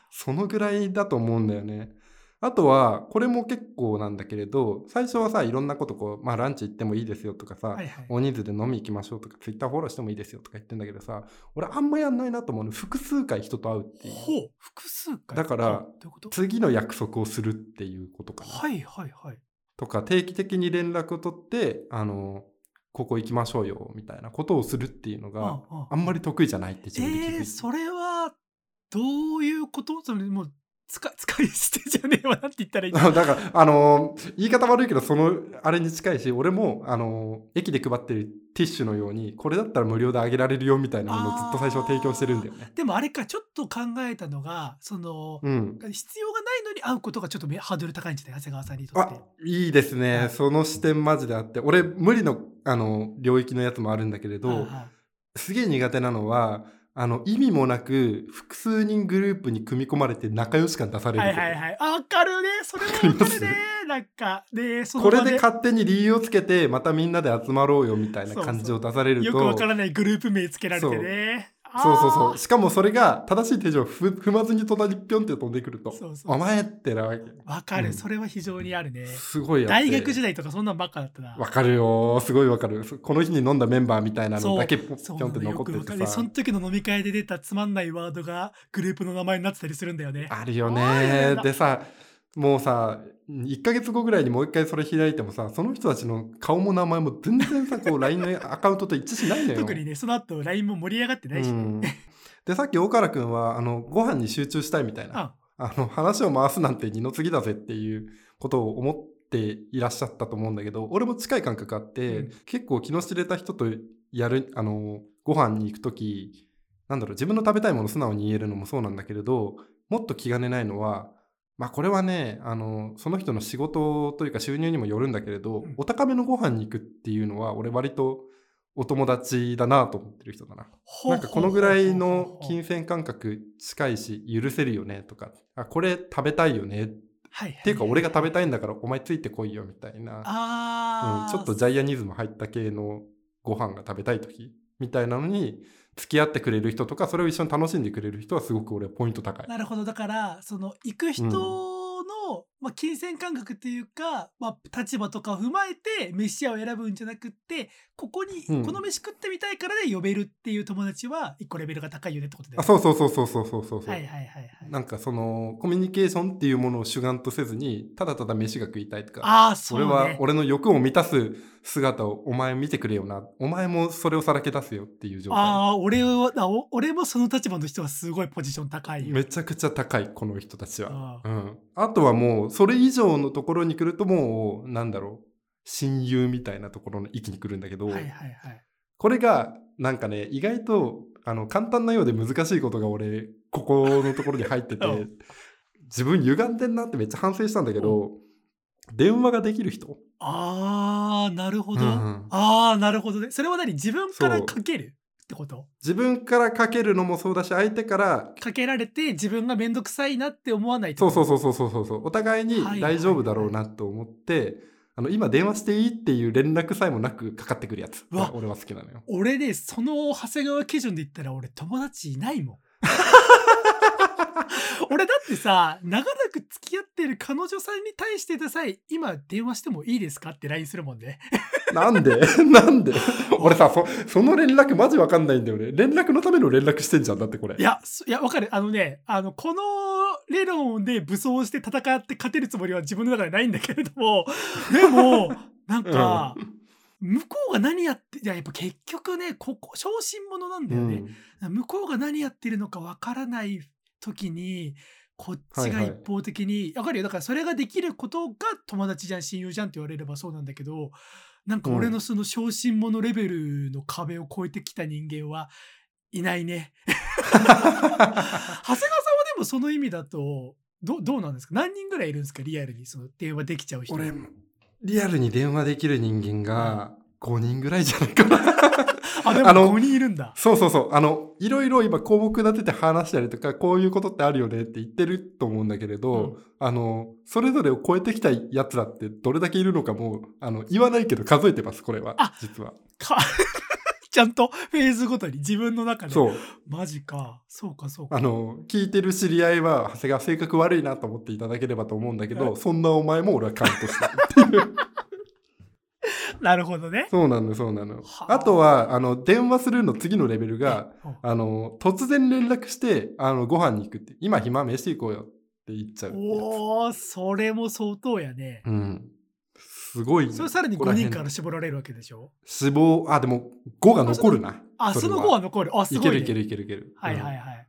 Speaker 2: そのぐらいだと思うんだよね。あとは、これも結構なんだけれど、最初はさ、いろんなことこう、まあランチ行ってもいいですよとかさ、
Speaker 1: はいはい。
Speaker 2: 大人数で飲み行きましょうとか、Twitter フォローしてもいいですよとか言ってんだけどさ、俺あんまやんないなと思うの。複数回人と会うっていう。
Speaker 1: ほう複数回。
Speaker 2: だから
Speaker 1: あどういうこと
Speaker 2: 次の約束をするっていうことかな。
Speaker 1: はいはいはい。
Speaker 2: とか、定期的に連絡を取って、あの、ここ行きましょうよ、みたいなことをするっていうの
Speaker 1: うんう
Speaker 2: が、
Speaker 1: ん
Speaker 2: あんまり得意じゃないって自分で気づいて
Speaker 1: えー、それはどういうことそれもう使 使い捨てじゃねえわなんて言った らいいんだ
Speaker 2: あのだから、あのー言い方悪いけど、その、あれに近いし、俺も、あのー駅で配ってるティッシュのように、これだったら無料であげられるよみたいなものをずっと最初は提供してるんだよね。
Speaker 1: でもあれかちょっと考えたのがその、
Speaker 2: うん。
Speaker 1: 必要がないのに会うことがちょっとめハードル高いんじゃない長谷川さんにとっ
Speaker 2: あ
Speaker 1: て。、
Speaker 2: いいですね。その視点マジであって、俺、無理の、あの、領域のやつもあるんだけれ
Speaker 1: はい
Speaker 2: ど、
Speaker 1: はい
Speaker 2: すげえ苦手なのは、あの、意味もなく、複数人グループに組み込まれて仲良し感出される
Speaker 1: は
Speaker 2: こ
Speaker 1: い
Speaker 2: と。
Speaker 1: はいはい。あ、わかるね。それはわかるね。なんか、で、その
Speaker 2: こ
Speaker 1: 場
Speaker 2: れで勝手に理由をつけて、またみんなで集まろうよみたいな感じを出されると。
Speaker 1: よくわからないグループ名つけられてね。
Speaker 2: そうそう
Speaker 1: あ
Speaker 2: そ
Speaker 1: ー
Speaker 2: う。しかもそれが正しい手順をふ踏まずに隣にぴょんって飛んでくると、
Speaker 1: そうそう
Speaker 2: お前ってなわけ。
Speaker 1: わかる、
Speaker 2: うん
Speaker 1: それは非常にあるね。
Speaker 2: すごいやって
Speaker 1: 大学時代とかそんなんばっかだったな。
Speaker 2: わかるよー。すごいわかる。そこの日に飲んだメンバーみたいなのだけぴょんっ
Speaker 1: そ
Speaker 2: て
Speaker 1: うなのよ
Speaker 2: 残
Speaker 1: くわ
Speaker 2: っ
Speaker 1: か
Speaker 2: て
Speaker 1: る
Speaker 2: て
Speaker 1: でそ
Speaker 2: さ
Speaker 1: の。時の飲み会で出たつまんないワードがグループの名前になってたりするんだよね。
Speaker 2: あるよね
Speaker 1: あ
Speaker 2: ー。
Speaker 1: る
Speaker 2: でさ、もうさ、1ヶ月後ぐらいにもう一回それ開いてもさ、その人たちの顔も名前も全然さ、こう LINE のアカウントと一致しないのよ。
Speaker 1: 特にね、その後 LINE も盛り上がってないうしね。
Speaker 2: ん。で、さっき大原くんは、あの、ご飯に集中したいみたいな。
Speaker 1: あ
Speaker 2: あの話を回すなんて二の次だぜっていうことを思っていらっしゃったと思うんだけど俺も近い感覚あって、
Speaker 1: うん
Speaker 2: 結構気の知れた人とやるあのご飯に行く時なんだろう自分の食べたいもの素直に言えるのもそうなんだけれどもっと気兼ねないのはまあこれはねあのその人の仕事というか収入にもよるんだけれど、
Speaker 1: うん
Speaker 2: お高めのご飯に行くっていうのは俺割とお友達だなと思ってる人だな。なんかこのぐらいの金銭感覚近いし許せるよねとかあこれ食べたいよねっ
Speaker 1: はいはい、って
Speaker 2: いうか俺が食べたいんだからお前ついてこいよみたいな、
Speaker 1: あ
Speaker 2: うん、
Speaker 1: あ、
Speaker 2: ちょっとジャイアニズム入った系のご飯が食べたい時みたいなのに付き合ってくれる人とかそれを一緒に楽しんでくれる人はすごく俺はポイント高い。
Speaker 1: なるほどだからその行く人の、まあ、金銭感覚というか、まあ、立場とかを踏まえて飯屋を選ぶんじゃなくってここに、
Speaker 2: うん
Speaker 1: この飯食ってみたいからで呼べるっていう友達は一個レベルが高いよねってことだよ
Speaker 2: あ
Speaker 1: ね
Speaker 2: そうそうそうそうそうそうそう、
Speaker 1: はいはいはいはい
Speaker 2: なんかそのコミュニケーションっていうものを主眼とせずにただただ飯が食いたいとか
Speaker 1: ああそう
Speaker 2: 俺
Speaker 1: ね
Speaker 2: は俺の欲を満たす姿をお前見てくれよなお前もそれをさらけ出すよっていう状態
Speaker 1: ああ俺はあお俺もその立場の人はすごいポジション高いよ
Speaker 2: めちゃくちゃ高いこの人たち
Speaker 1: あ
Speaker 2: はう
Speaker 1: あ
Speaker 2: ん、あとはもうそれ以上のところに来るともうなんだろう親友みたいなところの域に来るんだけど、
Speaker 1: はいはいはい
Speaker 2: これがなんかね意外とあの簡単なようで難しいことが俺ここのところに入って て
Speaker 1: うん
Speaker 2: 自分歪んでんなってめっちゃ反省したんだけど、電話ができる人、
Speaker 1: ああなるほど、
Speaker 2: うん
Speaker 1: ああなるほどねそれは何自分から
Speaker 2: そう
Speaker 1: かけるってこと
Speaker 2: 自分からかけるのもそうだし相手から
Speaker 1: かけられて自分が面倒くさいなって思わない
Speaker 2: そうそう
Speaker 1: う
Speaker 2: そうそうそうそうそうお互いに
Speaker 1: はい
Speaker 2: 大丈夫だろうなと思って、あの今電話していいっていう連絡さえもなくかかってくるやつ
Speaker 1: うわ
Speaker 2: 俺は好きなのよ
Speaker 1: 俺ねその長谷川基準で言ったら俺友達いないもん俺だってさ長らく付き合ってる彼女さんに対してでさえ今電話してもいいですかって LINE するもんね
Speaker 2: なんで な んで俺さそその連絡マジわかんないんだよね連絡のための連絡してんじゃんだってこれ
Speaker 1: いやそいやわかるあのねあのこの理論で武装して戦って勝てるつもりは自分の中でないんだけれどもでもなんか、向こうが何やっていややっぱ結局ねここ小心者なんだ
Speaker 2: う
Speaker 1: よね、
Speaker 2: ん
Speaker 1: 向こうが何やってるのかわからない時にこっちが
Speaker 2: はいはい
Speaker 1: 一方的に、わかるよだからそれができることが友達じゃん親友じゃんって言われればそうなんだけどなんか俺
Speaker 2: う
Speaker 1: のその小心者レベルの壁を越えてきた人間はいない ね。長谷川さんはでもその意味だとどどうなんですか何人ぐらいいるんですかリアルにその電話できちゃう人。
Speaker 2: 俺リアルに電話できる人間が5人ぐらいじゃないかな
Speaker 1: あで
Speaker 2: あの
Speaker 1: も5人いるんだ。
Speaker 2: そうそうそうあのいろいろ今項目立てて話したりとかこういうことってあるよねって言ってると思うんだけれど、
Speaker 1: うん
Speaker 2: あのそれぞれを超えてきたやつらってどれだけいるのかもうあの言わないけど数えてますこれは
Speaker 1: あ
Speaker 2: 実は
Speaker 1: か ちゃんとフェーズごとに自分の中で。
Speaker 2: そう
Speaker 1: マジか。そうかそうか。
Speaker 2: あの聞いてる知り合いは長谷川性格悪いなと思っていただければと思うんだけ
Speaker 1: は
Speaker 2: ど、
Speaker 1: い
Speaker 2: そんなお前も俺はカウントしてる
Speaker 1: なるほどね。
Speaker 2: そうなのそうなの
Speaker 1: はあ
Speaker 2: あとはあの電話するの次のレベルが
Speaker 1: うん
Speaker 2: あの突然連絡してあのご飯に行くって今暇飯行こうよって言っちゃうやつ
Speaker 1: おお、それも相当やね。
Speaker 2: うんすごいね
Speaker 1: それさらに
Speaker 2: ここ
Speaker 1: 5
Speaker 2: 辺
Speaker 1: 人から絞られるわけでしょ
Speaker 2: 死亡あでも5が残るな
Speaker 1: あ、そ
Speaker 2: れ
Speaker 1: の後は残る。あ、す
Speaker 2: い
Speaker 1: ごい、
Speaker 2: け
Speaker 1: ね。
Speaker 2: るいけるいけるいける
Speaker 1: はいはい
Speaker 2: うん
Speaker 1: はい。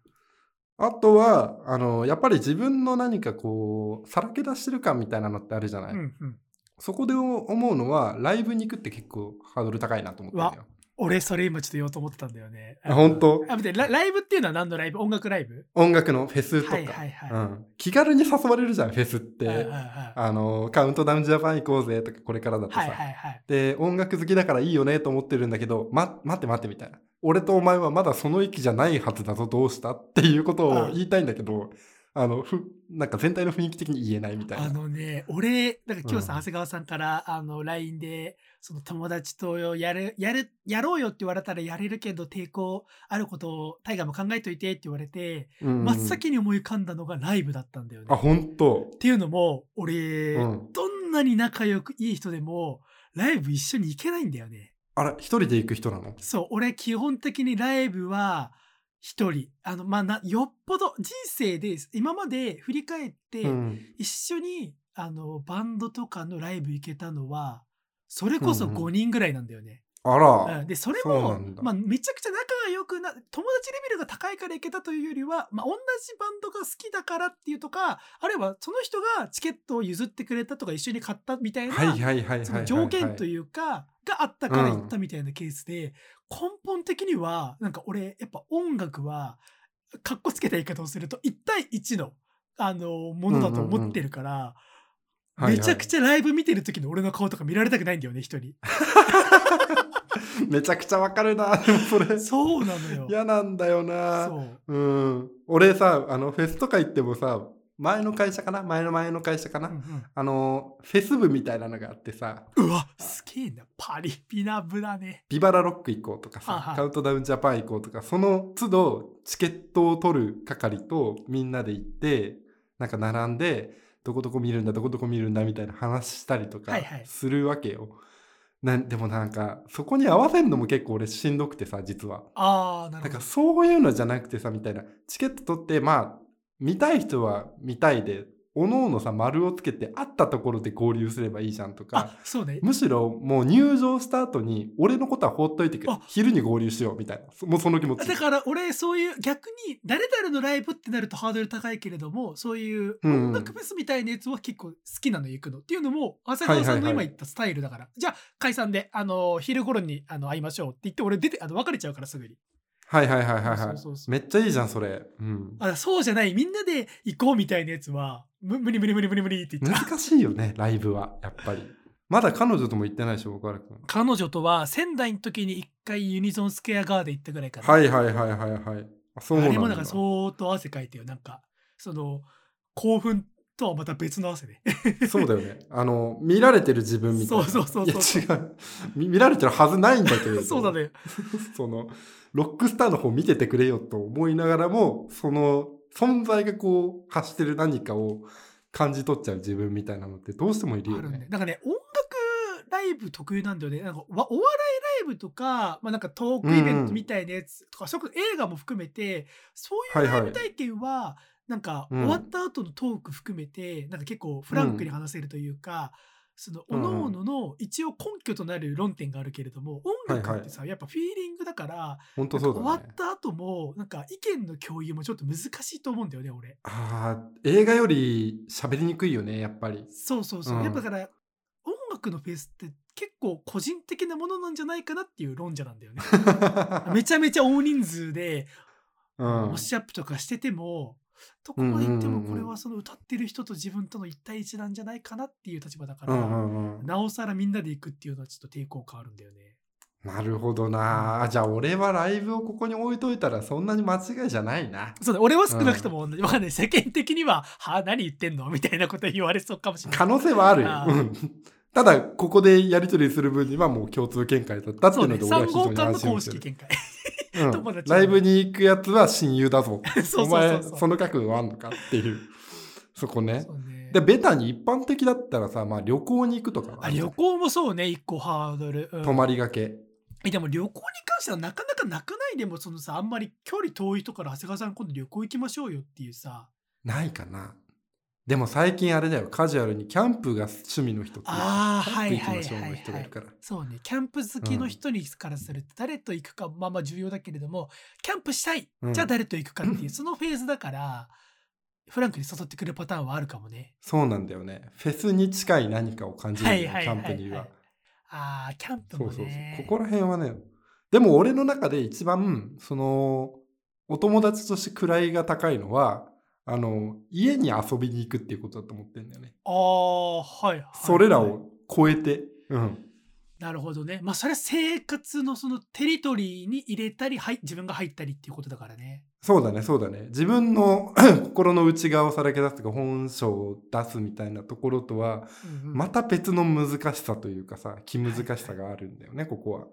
Speaker 2: あとはあのやっぱり自分の何かこうさらけ出してる感みたいなのってあるじゃない、
Speaker 1: うんうん。
Speaker 2: そこで思うのはライブに行くって結構ハードル高いなと思ったんだよ
Speaker 1: 俺、それ今ちょっと言おうと思ってたんだよね。
Speaker 2: あ本当
Speaker 1: あ、待ってラ、ライブっていうのは何のライブ音楽ライブ
Speaker 2: 音楽のフェスとか、
Speaker 1: はいはいはい。
Speaker 2: うん、気軽に誘われるじゃんフェスって、
Speaker 1: はいはいはい
Speaker 2: あのカウントダウンジャパン行こうぜとかこれからだとさ、
Speaker 1: はいはいはい。
Speaker 2: で音楽好きだからいいよねと思ってるんだけど、ま、待って待ってみたいな俺とお前はまだその域じゃないはずだぞどうしたっていうこと
Speaker 1: あ
Speaker 2: を
Speaker 1: あ
Speaker 2: 言いたいんだけどあのふなんか全体の雰囲気的に言えないみたい
Speaker 1: あ
Speaker 2: な。
Speaker 1: のね、俺、なんか今日さ、
Speaker 2: うん
Speaker 1: 長谷川さんから、あの、LINE で、その友達とやる、やる、やろうよって言われたらやれるけど、抵抗あることを、タイガーも考えといてって言われて、
Speaker 2: うん
Speaker 1: 真っ先に思い浮かんだのがライブだったんだよね。
Speaker 2: あ本当
Speaker 1: っていうのも俺、
Speaker 2: うん
Speaker 1: どんなに仲良くいい人でもライブ一緒に行けないんだよね。
Speaker 2: あら一人で行く人なの
Speaker 1: そう俺基本的にライブは一人あのまあなよっぽど人生で今まで振り返って
Speaker 2: うん
Speaker 1: 一緒に、あのバンドとかのライブ行けたのはそれこそ5人ぐらいなんだよね。
Speaker 2: あら、
Speaker 1: うんでそれ
Speaker 2: そうな
Speaker 1: も
Speaker 2: んだ
Speaker 1: まあ、めちゃくちゃ仲が良くな友達レベルが高いからいけたというよりは、まあ、同じバンドが好きだからっていうとかあるいはその人がチケットを譲ってくれたとか一緒に買ったみたいな、
Speaker 2: はいはいはいはいはい、
Speaker 1: そ
Speaker 2: は
Speaker 1: の
Speaker 2: い、
Speaker 1: 条件と
Speaker 2: う
Speaker 1: いうかがあったから行ったみたいなケースで、根本的にはなんか俺やっぱ音楽はかっこつけた言い方をすると1対1のあのものだと思ってるから。めちゃく
Speaker 2: ゃ
Speaker 1: ちゃライブ見てる時の俺の顔とか見られたくないんだよね、人に。
Speaker 2: めちゃくちゃわかるな。でもそれ、
Speaker 1: そうなのよ。
Speaker 2: 嫌なんだよな。
Speaker 1: そう。
Speaker 2: うん、俺さあのフェスとか行ってもさ前の会社かな前の前の会社かな、
Speaker 1: うん
Speaker 2: あのフェス部みたいなのがあってさ
Speaker 1: うんうわ、すげえな。パリピな部だね。
Speaker 2: ビバラロック行こうとか
Speaker 1: あ
Speaker 2: さ
Speaker 1: はい
Speaker 2: カウントダウンジャパン行こうとかその都度チケットを取る係とみんなで行ってなんか並んでどこどこ見るんだどこどこ見るんだみたいな話したりとか
Speaker 1: はいはい
Speaker 2: するわけよ。なんでもなんかそこに合わせるのも結構俺しんどくてさ実は。
Speaker 1: ああ、な
Speaker 2: なん
Speaker 1: る
Speaker 2: か
Speaker 1: ほど。
Speaker 2: そういうのじゃなくてさみたいなチケット取ってまあ見たい人は見たいでおのおのさ丸をつけて会ったところで合流すればいいじゃんとか
Speaker 1: あ、そうね。
Speaker 2: むしろもう入場した後に俺のことは放っといてくれ
Speaker 1: あ
Speaker 2: 昼に合流しようみたいなそもうその気持ち
Speaker 1: だから俺そういう逆に誰々のライブってなるとハードル高いけれどもそういう
Speaker 2: うん
Speaker 1: 音楽フェスみたいなやつは結構好きなの行くのっていうのも浅川さんの
Speaker 2: はいはい
Speaker 1: 今
Speaker 2: はい
Speaker 1: 言ったスタイルだから、じゃあ解散であの昼頃にあの会いましょうって言って俺出てあの別れちゃうからすぐに
Speaker 2: はいはいはいはいは
Speaker 1: そう
Speaker 2: い
Speaker 1: そうそう
Speaker 2: めっちゃいいじゃんそれ、うん、
Speaker 1: あそうじゃないみんなで行こうみたいなやつはむ無理無理無理無理無理って言っちゃう
Speaker 2: 難しいよねライブはやっぱりまだ彼女とも行ってないでしょ岡原君
Speaker 1: 彼女とは仙台の時に一回ユニゾンスクエアガーデン行ったぐらいから、
Speaker 2: はいはいはいはいはいあそう
Speaker 1: あ
Speaker 2: なん
Speaker 1: れも
Speaker 2: だ
Speaker 1: なんか相当汗かいてよなんかその興奮とはまた別の汗で
Speaker 2: そうだよね。あの、見られてる自分みたいな。
Speaker 1: そうそうそうそ
Speaker 2: いや違う見。見られてるはずないんだけれ ど。
Speaker 1: そうだ。ね
Speaker 2: その、ロックスターの方見ててくれよと思いながらも、その、存在がこう、発してる何かを感じ取っちゃう自分みたいなのってどうしてもいる
Speaker 1: あ
Speaker 2: よ
Speaker 1: るんだよ
Speaker 2: ね。
Speaker 1: なんかね音楽ライブ特有なんだよねなんかわお笑いライブとか,、まあ、なんかトークイベントみたいなやつとか、それこそ映画も含めてそういう
Speaker 2: は
Speaker 1: ラ
Speaker 2: いはい
Speaker 1: イブ体験は、なんか
Speaker 2: うん
Speaker 1: 終わった後のトーク含めて、なんか結構フランクに話せるというか、その
Speaker 2: う
Speaker 1: お
Speaker 2: んうん
Speaker 1: のおのの一応根拠となる論点があるけれども音楽ってさ、やっぱフィーリングだから
Speaker 2: 本当
Speaker 1: なんか
Speaker 2: そ
Speaker 1: 終
Speaker 2: うだ
Speaker 1: わ
Speaker 2: ね。
Speaker 1: った後もなんか意見の共有もちょっと難しいと思うんだよね俺。
Speaker 2: ああ、映画より喋りにくいよね、やっぱり。
Speaker 1: そうそうそう、
Speaker 2: うん
Speaker 1: やっぱだから音楽のフェスって結構個人的なものなんじゃないかなっていう論者なんだ よねめちゃめちゃ大人数で
Speaker 2: うん
Speaker 1: モッシュアップとかしててもどこまで行って
Speaker 2: うんう
Speaker 1: も
Speaker 2: んうんうん
Speaker 1: これはその歌ってる人と自分との一対一なんじゃないかなっていう立場だか
Speaker 2: う
Speaker 1: ら、
Speaker 2: んうんうん。
Speaker 1: なおさらみんなで行くっていうのはちょっと抵抗感あるんだよね
Speaker 2: なるほどな。じゃあ、俺はライブをここに置いといたら、そんなに間違いじゃな いな。
Speaker 1: そうだ俺は少なくとも同じ、わかんない世間的には「はあ何言ってんの?」みたいなこと言われそうかもしれない
Speaker 2: 可能性はあるよ
Speaker 1: あ。ー
Speaker 2: うんただ、ここでやり取りする分にはもう共通見解だったってい
Speaker 1: そううね
Speaker 2: ので、俺は
Speaker 1: 3
Speaker 2: 非常
Speaker 1: 号
Speaker 2: に
Speaker 1: 館の
Speaker 2: 安心
Speaker 1: 公
Speaker 2: して
Speaker 1: 式
Speaker 2: る。
Speaker 1: 見解
Speaker 2: うん
Speaker 1: 友達
Speaker 2: ライブに行くやつは親友だぞ。
Speaker 1: そ
Speaker 2: お
Speaker 1: うそうそ
Speaker 2: 前、
Speaker 1: うそう
Speaker 2: その覚悟あんのかっ ていう。そこね
Speaker 1: そ。うね
Speaker 2: で、ベタに一般的だったらさ、まあ旅行に行くとかは
Speaker 1: あ旅行もそうね、一個ハードル。うん
Speaker 2: 泊まりがけ。
Speaker 1: えでも旅行に関してはなかなかなくないでも、そのさ、あんまり距離遠い人から長谷川さん今度旅行行きましょうよっていうさ。
Speaker 2: ないかな。でも最近あれだよ、カジュアルにキャンプが趣味の人っていう
Speaker 1: あー
Speaker 2: キャンプ行き
Speaker 1: はい
Speaker 2: ましょう
Speaker 1: はい
Speaker 2: の
Speaker 1: はい
Speaker 2: 人がいるから。
Speaker 1: そうね、キャンプ好きの人にからすると、誰と行くか、まあまあ重要だけれども、キャンプしたい、
Speaker 2: うん
Speaker 1: じゃあ誰と行くかって いう、そのフェーズだから、フランクに誘ってくるパターンはあるかもね。
Speaker 2: そうなんだよね。フェスに近い何かを感じるんだよね
Speaker 1: はい
Speaker 2: キ
Speaker 1: は
Speaker 2: ャ
Speaker 1: いはいは
Speaker 2: ン
Speaker 1: い
Speaker 2: プには。
Speaker 1: ああ、キャンプ
Speaker 2: そう
Speaker 1: も
Speaker 2: そうそう
Speaker 1: ね。
Speaker 2: ここら辺はねでも俺の中で一番そのお友達として位が高いのはあの家に遊びに行くっていうことだと思ってんだよね、
Speaker 1: ああ、はい、はい。
Speaker 2: それらを超えて、うん、
Speaker 1: なるほどね。まあそれは生活のそのテリトリーに入れたり、はい、自分が入ったりっていうことだからね。
Speaker 2: そうだねそうだね自分の 心の内側をさらけ出すとか本性を出すみたいなところとは
Speaker 1: うんうん
Speaker 2: また別の難しさというかさ気難しさがあるんだよねここは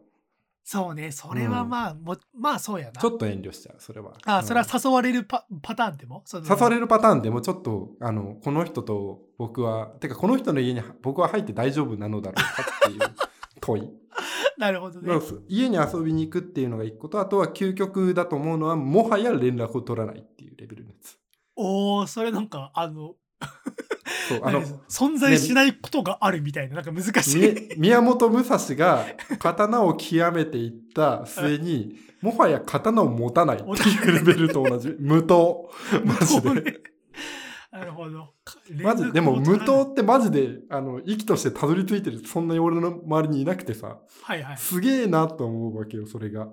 Speaker 1: そうね、それはまあ、もまあそうやな。
Speaker 2: ちょっと遠慮しちゃうそれは
Speaker 1: あ
Speaker 2: うん
Speaker 1: それは誘われるパパターンでもその
Speaker 2: 刺されるパターンでもちょっとあのこの人と僕はてかこの人の家に僕は入って大丈夫なのだろう かっていう問い
Speaker 1: なるほどね。
Speaker 2: まあ家に遊びに行くっていうのが一個とあとは究極だと思うのはもはや連絡を取らないっていうレベルのやつ
Speaker 1: おおそれなんか、あの、
Speaker 2: そうあの
Speaker 1: 何存在しないことがあるみたいな、なんか難しい。
Speaker 2: み宮本武蔵が刀を極めていった末にもはや刀を持たないっていうレベルと 同じ無糖マジ
Speaker 1: そう
Speaker 2: で
Speaker 1: ねなるほど。
Speaker 2: マジでも
Speaker 1: 連絡を取
Speaker 2: 無
Speaker 1: らない
Speaker 2: 糖ってマジであの息としてたどり着いてるそんなに俺の周りにいなくてさ
Speaker 1: はいはい。
Speaker 2: すげえなと思うわけよそれが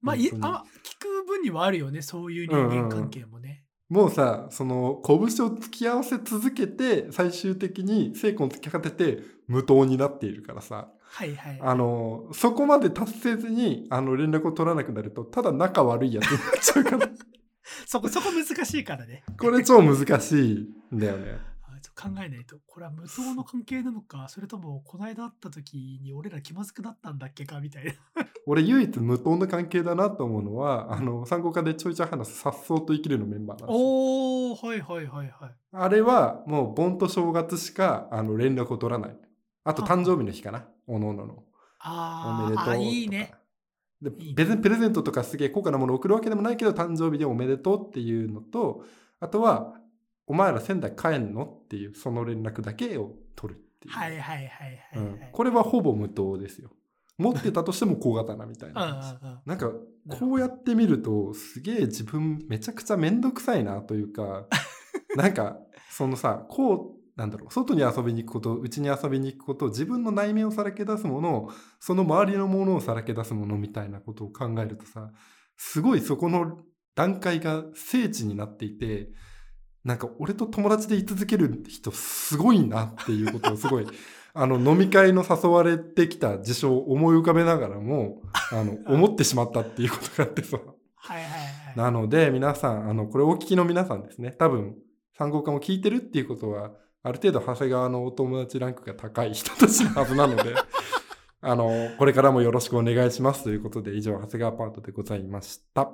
Speaker 1: まあ、いあ
Speaker 2: 本当に
Speaker 1: まあ聞く分にはあるよね、そういう人間関係もね。
Speaker 2: もうさその拳を突き合わせ続けて最終的に成功を突き果てて無糖になっているからさ
Speaker 1: はいはい。
Speaker 2: あの、そこまで達成ずに、あの、連絡を取らなくなると、ただ仲悪いやつになっちゃうから、
Speaker 1: そこそこ難しいからね。
Speaker 2: これ超難しいんだよね。
Speaker 1: あちょっと考えないと。これは無糖の関係なのか、それともこの間会った時に俺ら気まずくなったんだっけかみた いな。
Speaker 2: 俺唯一無糖の関係だなと思うのは、あの、参考家でちょいちょい話す、さっそうと生きるのメンバーなんですよ
Speaker 1: おおはいはいはいはい。
Speaker 2: あれは、もう、盆と正月しか、あの、連絡を取らない。あと、誕生日の日かな。おのおのの。お
Speaker 1: あ
Speaker 2: めで
Speaker 1: ー
Speaker 2: とうと
Speaker 1: あ、
Speaker 2: か。
Speaker 1: いいね。
Speaker 2: で
Speaker 1: いいね
Speaker 2: 別にプレゼントとかすげえ高価なものを送るわけでもないけど誕生日でおめでとうっていうのとあとは「お前ら仙台帰んの?」っていうその連絡だけを取るっていう、
Speaker 1: はいはいはいは
Speaker 2: う
Speaker 1: い、はい
Speaker 2: んこれはほぼ無糖ですよ持ってたとしても小型なみたいな感じ
Speaker 1: うんうんうん
Speaker 2: なんかこうやって見るとすげえ自分めちゃくちゃ面倒くさいなというかなんかそのさこうなんだろう外に遊びに行くことうちに遊びに行くこと自分の内面をさらけ出すものその周りのものをさらけ出すものみたいなことを考えるとさすごいそこの段階が聖地になっていてなんか俺と友達で居続ける人すごいなっていうことをすごいあの飲み会の誘われてきた事象を思い浮かべながらもあの思ってしまったっていうことがあっ てさ
Speaker 1: はいはいはい。
Speaker 2: なので皆さんあのこれお聞きの皆さんですね多分参考家も聞いてるっていうことはある程度長谷川のお友達ランクが高い人たちのはずなの であのこれからもよろしくお願いしますということで以上長谷川パートでございました。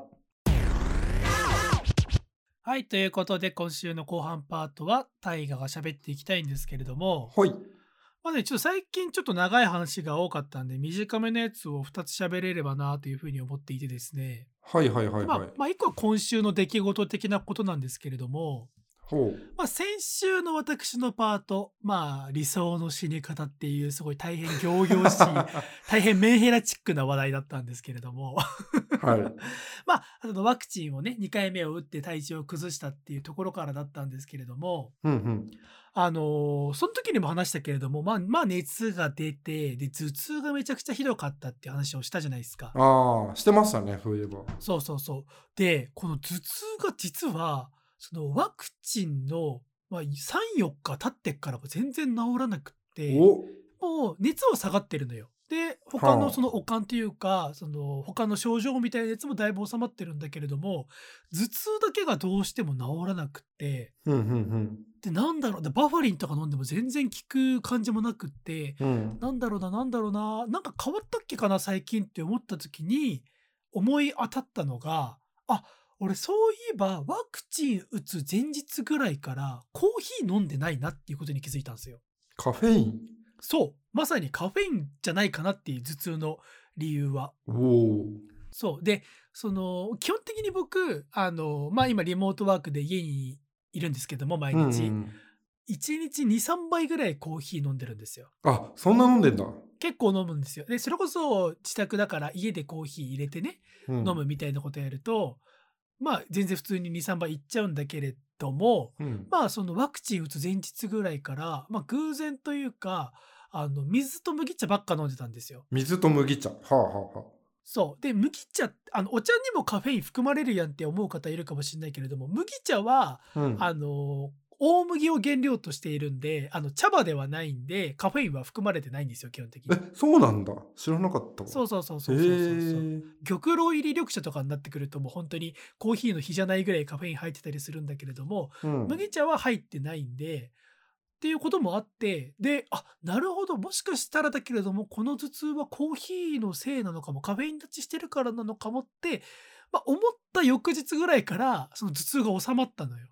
Speaker 1: はい、ということで今週の後半パートは大河が喋っていきたいんですけれども、
Speaker 2: ほい
Speaker 1: まあね、ちょっと最近ちょっと長い話が多かったんで、短めのやつを2つ喋れればなというふうに思っていてですね、
Speaker 2: はいはいはい
Speaker 1: ま
Speaker 2: は
Speaker 1: あ
Speaker 2: い。、
Speaker 1: まあ、1個は今週の出来事的なことなんですけれども、
Speaker 2: ほ
Speaker 1: まあ、先週の私のパート、まあ、理想の死に方っていうすごい大変行々 しい大変メンヘラチックな話題だったんですけれども
Speaker 2: う。はい。
Speaker 1: まああのワクチンをね2回目を打って体調を崩したっていうところからだったんですけれども
Speaker 2: うんうん。
Speaker 1: あのーその時にも話したけれども、まあ、まあ熱が出てで頭痛がめちゃくちゃひどかったっていう話をしたじゃないですか。
Speaker 2: ああ、してましたね、そういえば。
Speaker 1: そうそうそう。で、この頭痛が実は、そのワクチンの、まあ、3、4日経ってからも全然治らなくって、も
Speaker 2: お
Speaker 1: う熱は下がってるのよ。で、他
Speaker 2: はあ
Speaker 1: のその悪寒というか、その他の症状みたいなやつもだいぶ収まってるんだけれども、頭痛だけがどうしても治らなくって、
Speaker 2: うんうん
Speaker 1: で、なんだろう、でバファリンとか飲んでも全然効く感じもなくって、
Speaker 2: うん。うん。
Speaker 1: なんだろうな、なんだろうな、なんか変わったっけかな、最近って思った時に、思い当たったのが、あ、俺そういえば、ワクチン打つ前日ぐらいから、コーヒー飲んでないなっていうことに気づいたんですよ。
Speaker 2: カフェイン。
Speaker 1: そう。まさにカフェインじゃないかなっていう頭痛の理由は。
Speaker 2: おお。
Speaker 1: そう。で、その、基本的に僕、あの、まあ今リモートワークで家にいるんですけども、毎
Speaker 2: うんう
Speaker 1: 日。
Speaker 2: ん。
Speaker 1: 1日2、3杯ぐらいコーヒー飲んでるんですよ。
Speaker 2: あ、そんな飲んでんだ。
Speaker 1: 結構飲むんですよ。で、それこそ自宅だから家でコーヒー入れてね、
Speaker 2: うん、
Speaker 1: 飲むみたいなことやると、まあ全然普通に2、3杯いっちゃうんだけれども、
Speaker 2: うん。
Speaker 1: まあそのワクチン打つ前日ぐらいから、まあ偶然というか、あの、水と麦茶ばっか飲んでたんですよ。
Speaker 2: 水と麦茶。はあはあは
Speaker 1: そう。で、麦茶、あの、お茶にもカフェイン含まれるやんって思う方いるかもしれないけれども、麦茶は、
Speaker 2: あ。うん。
Speaker 1: あの、大麦を原料としているんで、あの、茶葉ではないんで、カフェインは含まれてないんですよ、基本的に。
Speaker 2: え、そうなんだ。知らなかったわ。
Speaker 1: そううそうそうそ
Speaker 2: へ
Speaker 1: う
Speaker 2: え
Speaker 1: そうそうそう。玉露入り緑茶とかになってくるともう本当にコーヒーの日じゃないぐらいカフェイン入ってたりするんだけれども、
Speaker 2: うん。
Speaker 1: 麦茶は入ってないんでっていうこともあってであなるほどもしかしたらだけれどもこの頭痛はコーヒーのせいなのかもカフェイン立ちしてるからなのかもって、まあ、思った翌日ぐらいからその頭痛が収まったのよ。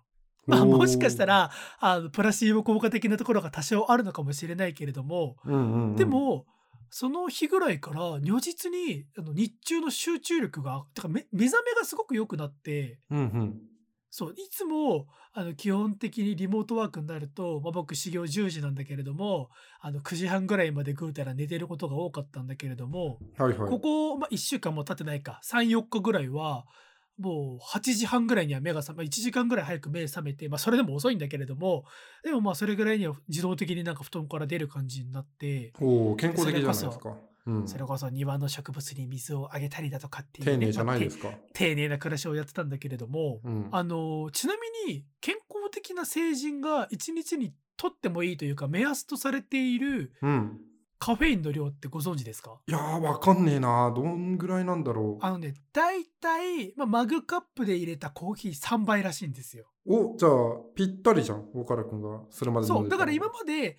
Speaker 1: まあ、
Speaker 2: おー
Speaker 1: もしかした。らあのプラシーボ効果的なところが多少あるのかもしれないけれども、
Speaker 2: うんうん、うん。
Speaker 1: で。も、その日ぐらいから如実にあの日中の集中力がてか目目覚めがすごく良くなって
Speaker 2: うんうん。
Speaker 1: そういつもあの基本的にリモートワークになると、まあ、僕始業10時なんだけれどもあの9時半ぐらいまでぐうたら寝てることが多かったんだけれども
Speaker 2: はいはい。
Speaker 1: ここ、まあ、1週間も経ってないか34日ぐらいはもう8時半ぐらいには目が覚め1時間ぐらい早く目覚めて、まあ、それでも遅いんだけれどもでもまあそれぐらいには自動的になんか布団から出る感じになって。
Speaker 2: おお、健康的じゃないですか。うん。
Speaker 1: それこそ庭の植物に水をあげたりだとかっていうね、
Speaker 2: 丁寧じゃないで
Speaker 1: まあ
Speaker 2: すか。
Speaker 1: て丁寧な暮らしをやってたんだけれども、
Speaker 2: うん。
Speaker 1: あのちなみに健康的な成人が一日にとってもいいというか目安とされている
Speaker 2: うん。
Speaker 1: カフェインの量ってご存知ですか
Speaker 2: いやー、わかんねえな。どんぐらいなんだろう
Speaker 1: あ。のね、大体、まあ、マグカップで入れたコーヒー3倍らしいんですよ。
Speaker 2: お、じゃあ、ぴったりじゃん。大原くんが、それまで飲
Speaker 1: そ
Speaker 2: ん
Speaker 1: う、
Speaker 2: でた
Speaker 1: だか
Speaker 2: の
Speaker 1: ら今まで、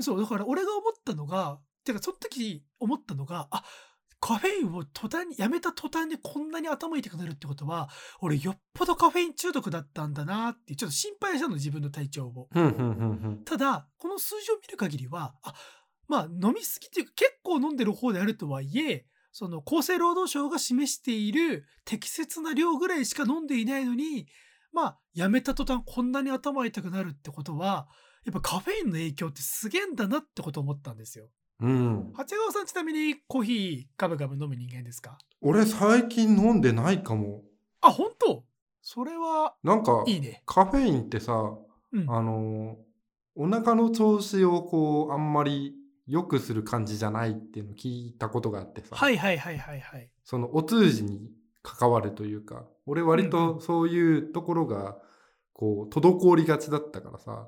Speaker 1: そう、だから俺が思ったのが、てかその時思ったのが、あカフェインを途端に、やめた途端にこんなに頭痛くなるってことは、俺よっぽどカフェイン中毒だったんだなって、ちょっと心配したの、自分の体調を。
Speaker 2: うん、うん、うん、
Speaker 1: ただ、この数字を見る限りは、あまあ飲みすぎっていうか結構飲んでる方であるとはいえ、その厚生労働省が示している適切な量ぐらいしか飲んでいないのに、まあやめた途端こんなに頭痛くなるってことは、やっぱカフェインの影響ってすげえんだなってことを思ったんですよ。
Speaker 2: うん。うん。
Speaker 1: 長谷川さんちなみにコーヒーガブガブ飲む人間ですか
Speaker 2: 俺、最近飲んでないかも。
Speaker 1: あ、本当それは
Speaker 2: なんか、
Speaker 1: いいね。
Speaker 2: カフェインってさ、
Speaker 1: うん。
Speaker 2: あのーお腹の調子をこうあんまり良くする感じじゃないっていうのを聞いたことがあってさ、
Speaker 1: はいはいはいはい はい。
Speaker 2: そのお通じに関わるというか俺割
Speaker 1: うんう
Speaker 2: とそういうところがこう滞りがちだったから さ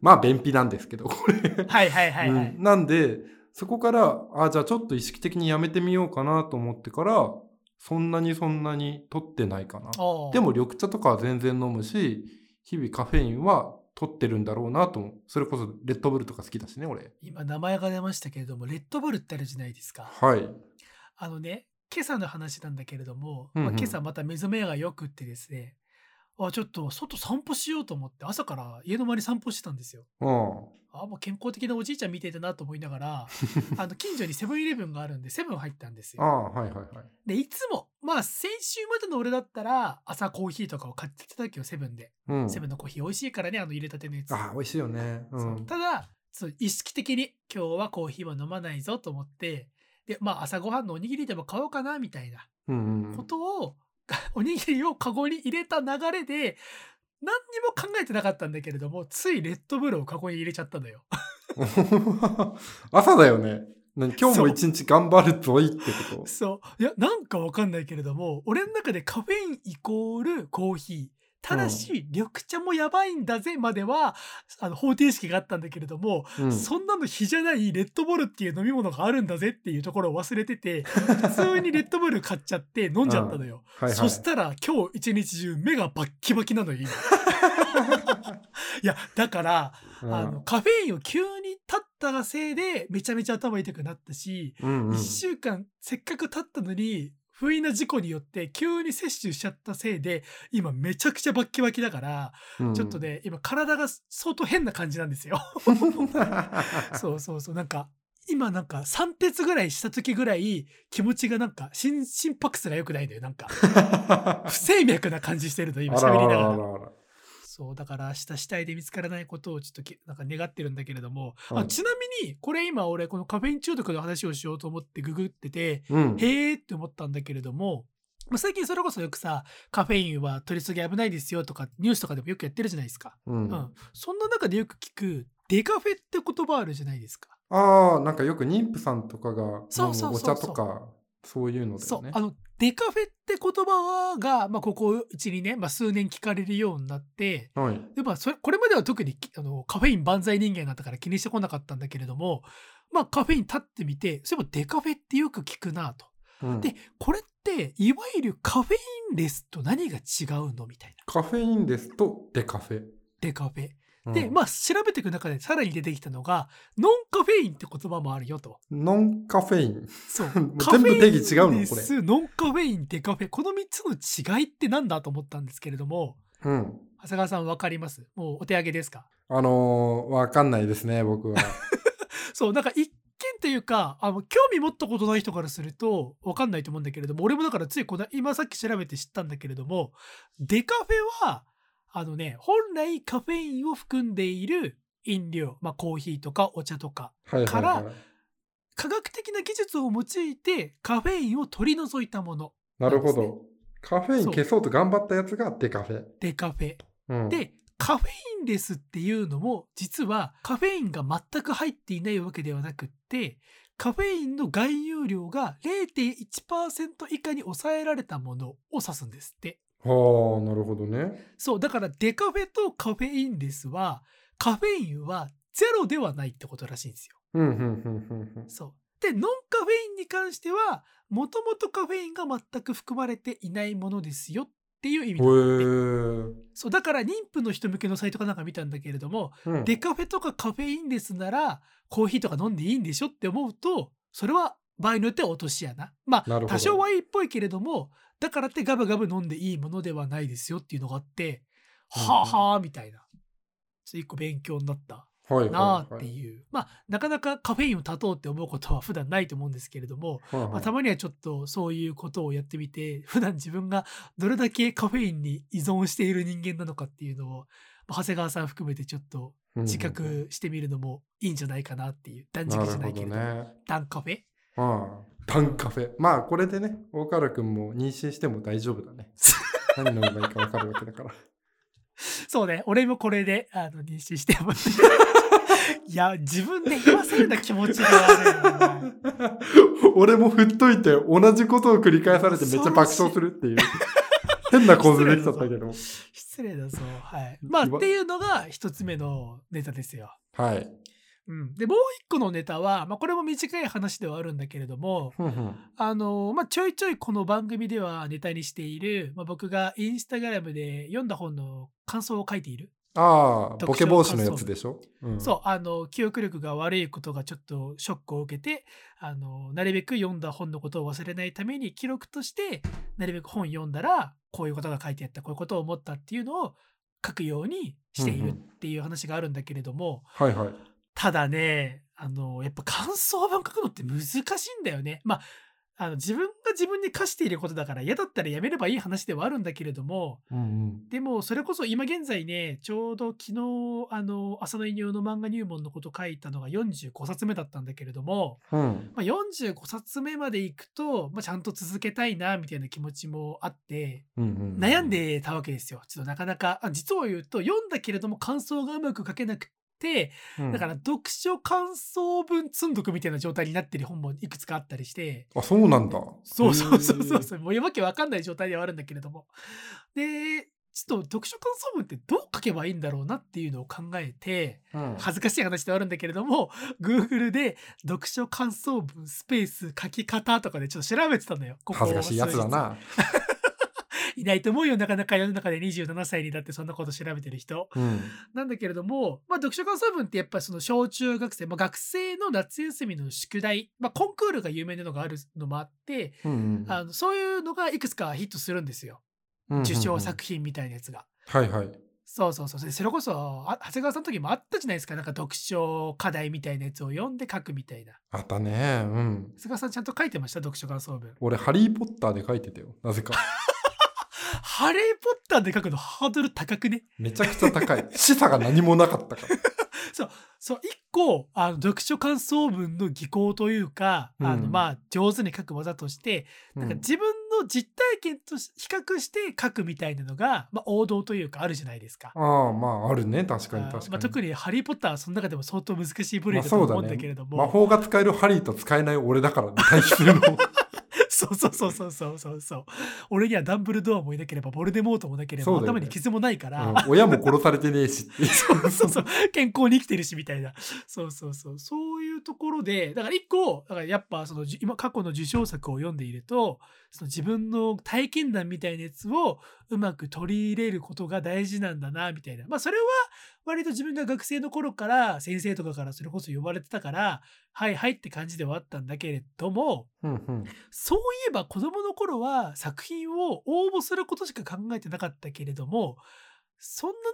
Speaker 2: まあ便秘なんですけどこれ、
Speaker 1: はいはいはいは
Speaker 2: う
Speaker 1: い。
Speaker 2: んなんでそこからあじゃあちょっと意識的にやめてみようかなと思ってからそんなにそんなに取ってないかな
Speaker 1: ああ
Speaker 2: でも緑茶とかは全然飲むし日々カフェインは取ってるんだろうなと思うそれこそレッドブルとか好きだしね俺
Speaker 1: 今名前が出ましたけれどもレッドブルってあるじゃないですか
Speaker 2: はい
Speaker 1: あのね今朝の話なんだけれども、
Speaker 2: うんうん
Speaker 1: まあ、今朝また目覚めがよくってですねあちょっと外散歩しようと思って朝から家の周り散歩してたんですよ
Speaker 2: うん
Speaker 1: あもう健康的なおじいちゃんみてえだなと思いなが らあの近所にセブンイレブンがあるんでセブン入ったんです
Speaker 2: あ
Speaker 1: よ
Speaker 2: あはいはいはい
Speaker 1: でいつもまあ先週までの俺だったら朝コーヒーとかを買ってきた時よセブンで、
Speaker 2: うん
Speaker 1: セブンのコーヒー美味しいからねあの入れたてのやつ
Speaker 2: あ美味しいよねう
Speaker 1: そうんただそう意識的に今日はコーヒーは飲まないぞと思ってでまあ朝ごはんのおにぎりでも買おうかなみたいな
Speaker 2: うんう
Speaker 1: こ
Speaker 2: ん
Speaker 1: とを、 おにぎりをカゴに入れた流れで何にも考えてなかったんだけれどもついレッドブルをカゴに入れちゃったのよ
Speaker 2: 朝だよね何今日
Speaker 1: そ
Speaker 2: も
Speaker 1: う
Speaker 2: 一日頑張るぞいってこと
Speaker 1: そういやなんかわかんないけれども俺の中でカフェインイコールコーヒーただし、緑茶もやばいんだぜまではあの方程式があったんだけれども、
Speaker 2: うん
Speaker 1: そんなの比じゃないレッドブルっていう飲み物があるんだぜっていうところを忘れて て普通にレッドブル買っちゃって飲んじゃったのよ、
Speaker 2: はいはい
Speaker 1: そしたら今日一日中目がバッキバキなのよ 今いやだから、
Speaker 2: うん
Speaker 1: あのカフェインを急に立ったがせいでめちゃめちゃ頭痛くなったし、
Speaker 2: うんうん
Speaker 1: 1週間せっかく経ったのに不意な事故によって急に摂取しちゃったせいで今めちゃくちゃバッキバキだから、
Speaker 2: うん
Speaker 1: ちょっと ね今体が相当変な感じなんですよ そうそうそう。なんか、今なんか3鉄ぐらいした時ぐらい気持ちがなんか心心拍数が良くないんだよ。なん か、不整脈な感じしてるの、今
Speaker 2: あ
Speaker 1: 喋
Speaker 2: ら
Speaker 1: り
Speaker 2: あ
Speaker 1: な
Speaker 2: ら
Speaker 1: が
Speaker 2: あ
Speaker 1: ら。
Speaker 2: らあら
Speaker 1: そう、だから明日死体で見つからないことをちょっときなんか願ってるんだけれども、
Speaker 2: は
Speaker 1: あ
Speaker 2: い
Speaker 1: ちなみに、これ今俺このカフェイン中毒の話をしようと思ってググってて、
Speaker 2: うん
Speaker 1: へーって思ったんだけれども、まあ最近それこそよくさ、カフェインは取りすぎ危ないですよとか、ニュースとかでもよくやってるじゃないですか。
Speaker 2: う
Speaker 1: うんん。そんな中でよく聞く、デカフェって言葉あるじゃないですか。
Speaker 2: ああ、なんかよく妊婦さんとかが飲
Speaker 1: そうそうそうそう
Speaker 2: むお茶とか、そういうのだ
Speaker 1: そ
Speaker 2: よ
Speaker 1: う
Speaker 2: ね。
Speaker 1: あのデカフェって言葉が、まあ、ここ12年、まあ、数年聞かれるようになって
Speaker 2: はい。
Speaker 1: で、まあ、それこれまでは特にきあのカフェイン万歳人間だったから気にしてこなかったんだけれども、まあ、カフェイン立ってみてそういえばデカフェってよく聞くなと。
Speaker 2: うん
Speaker 1: でこれっていわゆるカフェインレスと何が違うのみたいな
Speaker 2: カフェインですとデカフェ。
Speaker 1: デカフェ。
Speaker 2: うん
Speaker 1: で、まあ調べていく中でさらに出てきたのがノンカフェインって言葉もあるよと。
Speaker 2: ノンカフェイン。
Speaker 1: そう
Speaker 2: もう全部定義違
Speaker 1: カフ
Speaker 2: うの
Speaker 1: ェイン
Speaker 2: これ
Speaker 1: レスノンカフェインデカフェこの3つの違いってなんだと思ったんですけれども
Speaker 2: うん。
Speaker 1: 長谷川さん分かりますもうお手上げですか
Speaker 2: あのー、わかんないですね、僕 は。
Speaker 1: そうなんか一見というかあの興味持ったことない人からすると分かんないと思うんだけれども俺もだからついこの今さっき調べて知ったんだけれどもデカフェはあのね本来カフェインを含んでいる飲料、まあ、コーヒーとかお茶とか
Speaker 2: はいはいはい。
Speaker 1: から科学的な技術を用いてカフェインを取り除いたもの
Speaker 2: なるほ
Speaker 1: そうです
Speaker 2: ど。カフェイン消そうと頑張ったやつがデカフェ。
Speaker 1: デカフェ
Speaker 2: うん、
Speaker 1: でカフェインレスっていうのも実はカフェインが全く入っていないわけではなくってカフェインの含有量が0.1%以下に抑えられたものを指すんですって
Speaker 2: はあ、なるほどね。
Speaker 1: そうだからデカフェとカフェインレスはカフェインはゼロではないってことらしいんですよ
Speaker 2: うんうんうんうんうん
Speaker 1: そう。で、ノンカフェインに関しては、もともとカフェインが全く含まれていないものですよっていう意味なんだ
Speaker 2: へ
Speaker 1: って
Speaker 2: ー
Speaker 1: そう、だから妊婦の人向けのサイトかなんか見たんだけれども、
Speaker 2: うん
Speaker 1: デカフェとかカフェインレスなら、コーヒーとか飲んでいいんでしょって思うと、それは場合によっては落とし穴。ま
Speaker 2: な
Speaker 1: あ
Speaker 2: る、ほど
Speaker 1: 多少はいいっぽいけれども、だからってガブガブ飲んでいいものではないですよっていうのがあって、
Speaker 2: うん
Speaker 1: はあはあみたいな。ちょっと一個勉強になった。
Speaker 2: はい
Speaker 1: なあ
Speaker 2: は
Speaker 1: っ
Speaker 2: い
Speaker 1: て
Speaker 2: はい
Speaker 1: いう、まあなかなかカフェインを断とうって思うことは普段ないと思うんですけれども、
Speaker 2: はいはい
Speaker 1: まあ、たまにはちょっとそういうことをやってみて普段自分がどれだけカフェインに依存している人間なのかっていうのを、まあ長谷川さん含めてちょっと自
Speaker 2: うんうん
Speaker 1: 覚してみるのもいいんじゃないかなっていう断食じゃないけれども
Speaker 2: なるほどね
Speaker 1: 断カフェ
Speaker 2: ああダンカフェまあこれでね大河原くんも妊娠しても大丈夫 だね何飲めばいいか分かるわけだから
Speaker 1: そうね俺もこれであの妊娠して もいや自分で言わせるような気持ちが悪 いな
Speaker 2: 俺も振っといて同じことを繰り返されてめっちゃ爆笑するっていう変な構図できちゃったけど も
Speaker 1: 失礼だぞはいまあっていうのが一つ目のネタですよ
Speaker 2: はい
Speaker 1: うん、でもう一個のネタは、まあ、これも短い話ではあるんだけれども
Speaker 2: ふんふん
Speaker 1: あの、まあ、ちょいちょいこの番組ではネタにしている、まあ、僕がインスタグラムで読んだ本の感想を書いている、
Speaker 2: ああ
Speaker 1: 特徴
Speaker 2: ボケ防止のやつでしょ、うん、
Speaker 1: そうあの記憶力が悪いことがちょっとショックを受けてあのなるべく読んだ本のことを忘れないために記録としてなるべく本読んだらこういうことが書いてあったこういうことを思ったっていうのを書くようにしているっていう話があるんだけれども、
Speaker 2: はいはい
Speaker 1: ただね、あの、やっぱ感想文書くのって難しいんだよね。まあ、あの自分が自分に課していることだから嫌だったらやめればいい話ではあるんだけれども、
Speaker 2: うん
Speaker 1: でもそれこそ今現在ね、ちょうど昨日、あの、浅野犬用の漫画入門のこと書いたのが45冊目だったんだけれども、
Speaker 2: うんうん
Speaker 1: まあ、45冊目まで行くと、まあ、ちゃんと続けたいな、みたいな気持ちもあって、
Speaker 2: うんうん、
Speaker 1: 悩んでたわけですよ。ちょっとなかなか、あ実を言うと読んだけれども感想がうまく書けなくて、だからら読書感想文積んどくみたいな状態になってる本もいくつかあったりして、
Speaker 2: あそうなんだ
Speaker 1: そうそうそうそう
Speaker 2: へ
Speaker 1: そう、もうわけわかんない状態ではあるんだけれども。で、ちょっと読書感想文ってどう書けばいいんだろうなっていうのを考えて、
Speaker 2: えうん
Speaker 1: 恥ずかしい話ではあるんだけれども、Google で読書感想文スペース書き方とかでちょっと調べてたのよ。ここ
Speaker 2: 恥ずかしいやつだな、
Speaker 1: 数日。いないと思うよ、なかなか世の中で27歳にだってそんなこと調べてる人。
Speaker 2: うん、
Speaker 1: なんだけれども、まあ、読書感想文ってやっぱりその小中学生、まあ、学生の夏休みの宿題、まあ、コンクールが有名なのがあるのもあって、
Speaker 2: うんうん
Speaker 1: あのそういうのがいくつかヒットするんですよ。
Speaker 2: うんうん
Speaker 1: 受賞作品みたいなやつが。
Speaker 2: はいはい
Speaker 1: そうそうそう。でそれこそ、あ長谷川さんの時もあったじゃないですか。なんか読書課題みたいなやつを読んで書くみたいな。
Speaker 2: あったねうん
Speaker 1: 長谷川さんちゃんと書いてました読書感想文。
Speaker 2: 俺ハリー・ポッターで書いてたよなぜか
Speaker 1: ハリー・ポッターで書くのハードル高くね。
Speaker 2: めちゃくちゃ 高い。示唆が何もなかったから。
Speaker 1: そう、一個、あの読書感想文の技巧というか、あの
Speaker 2: うん
Speaker 1: まあ、上手に書く技として、 なんか自分の実体験とし比較して書くみたいなのが、まあ、王道というかあるじゃないですか。
Speaker 2: ああ、まあ、あるね。確かに確かに。
Speaker 1: まあ、特
Speaker 2: に。
Speaker 1: に「ハリー・ポッター」はその中でも相当難しい部類だと思うんだけれども、
Speaker 2: 魔法が使えるハリーと使えない俺 だからね、対比するの。
Speaker 1: そうそうそうそうそうそうそう俺にはダンブルドアもいなければボルデモートもなければ、
Speaker 2: そうだよ
Speaker 1: 頭
Speaker 2: ね
Speaker 1: に傷もないから、
Speaker 2: うん親も殺されてねえしっていう。
Speaker 1: そうそう健康に生きてるしみたいなそうそうそうそういうところでだから一個だからやっぱそのじ今過去の受賞作を読んでいるとその自分の体験談みたいなやつをうまく取り入れることが大事なんだなみたいなまあそれは割と自分が学生の頃から先生とかからそれこそ呼ばれてたからはいはいって感じではあったんだけれども
Speaker 2: うんうん
Speaker 1: そういえば子供の頃は作品を応募することしか考えてなかったけれども、そんな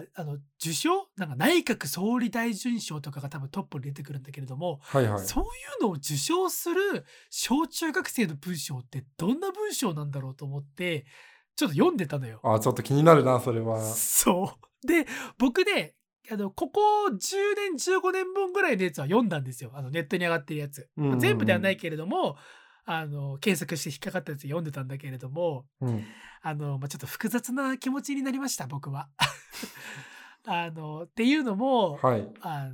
Speaker 1: 中、あの、受賞なんか内閣総理大臣賞とかが多分トップに出てくるんだけれども、
Speaker 2: はいはい。
Speaker 1: そういうのを受賞する小中学生の文章ってどんな文章なんだろうと思って、ちょっと読んでたのよ。
Speaker 2: ああ、ちょっと気になるな、それは。
Speaker 1: そう。で、僕ね、あの、ここ10年、15年分ぐらいのやつは読んだんですよ。あの、ネットに上がってるやつ。
Speaker 2: うんうんうん
Speaker 1: 全部ではないけれども、あの、検索して引っかかったやつ読んでたんだけれども、
Speaker 2: うん。
Speaker 1: あの、まあ、ちょっと複雑な気持ちになりました、僕は。 あの、っていうのも、
Speaker 2: はい。
Speaker 1: あ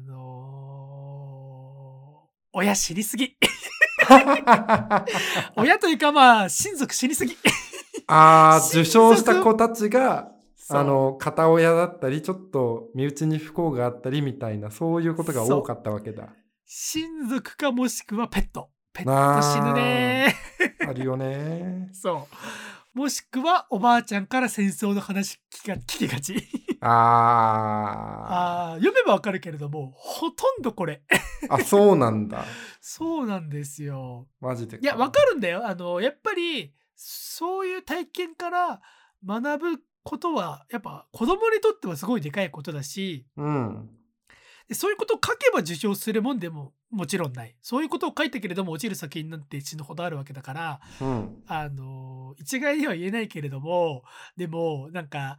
Speaker 1: の親知りす ぎ。親というかまあ、親族知りすぎ。
Speaker 2: ああ、受賞した子たちが、
Speaker 1: そう
Speaker 2: あの、片親だったり、ちょっと身内に不幸があったりみたいな、そういうことが多かったわけだ。
Speaker 1: 親族かもしくはペット。ペット死ぬね
Speaker 2: あるよね
Speaker 1: そう。もしくはおばあちゃんから戦争の話聞が聞きがち。
Speaker 2: あ
Speaker 1: ああ、読めばわかるけれども、ほとんどこれ。
Speaker 2: ーあそうなんだ
Speaker 1: そうなんですよ。
Speaker 2: マジで
Speaker 1: いや、わかるんだよ。あの、やっぱり、そういう体験から学ぶことは、やっぱ子供にとってはすごいでかいことだし、
Speaker 2: うん
Speaker 1: でそういうことを書けば受賞するもんでももちろんない。そういうことを書いたけれども落ちる作品なんて死ぬほどあるわけだから、
Speaker 2: うん
Speaker 1: あの、一概には言えないけれども、でも、なんか、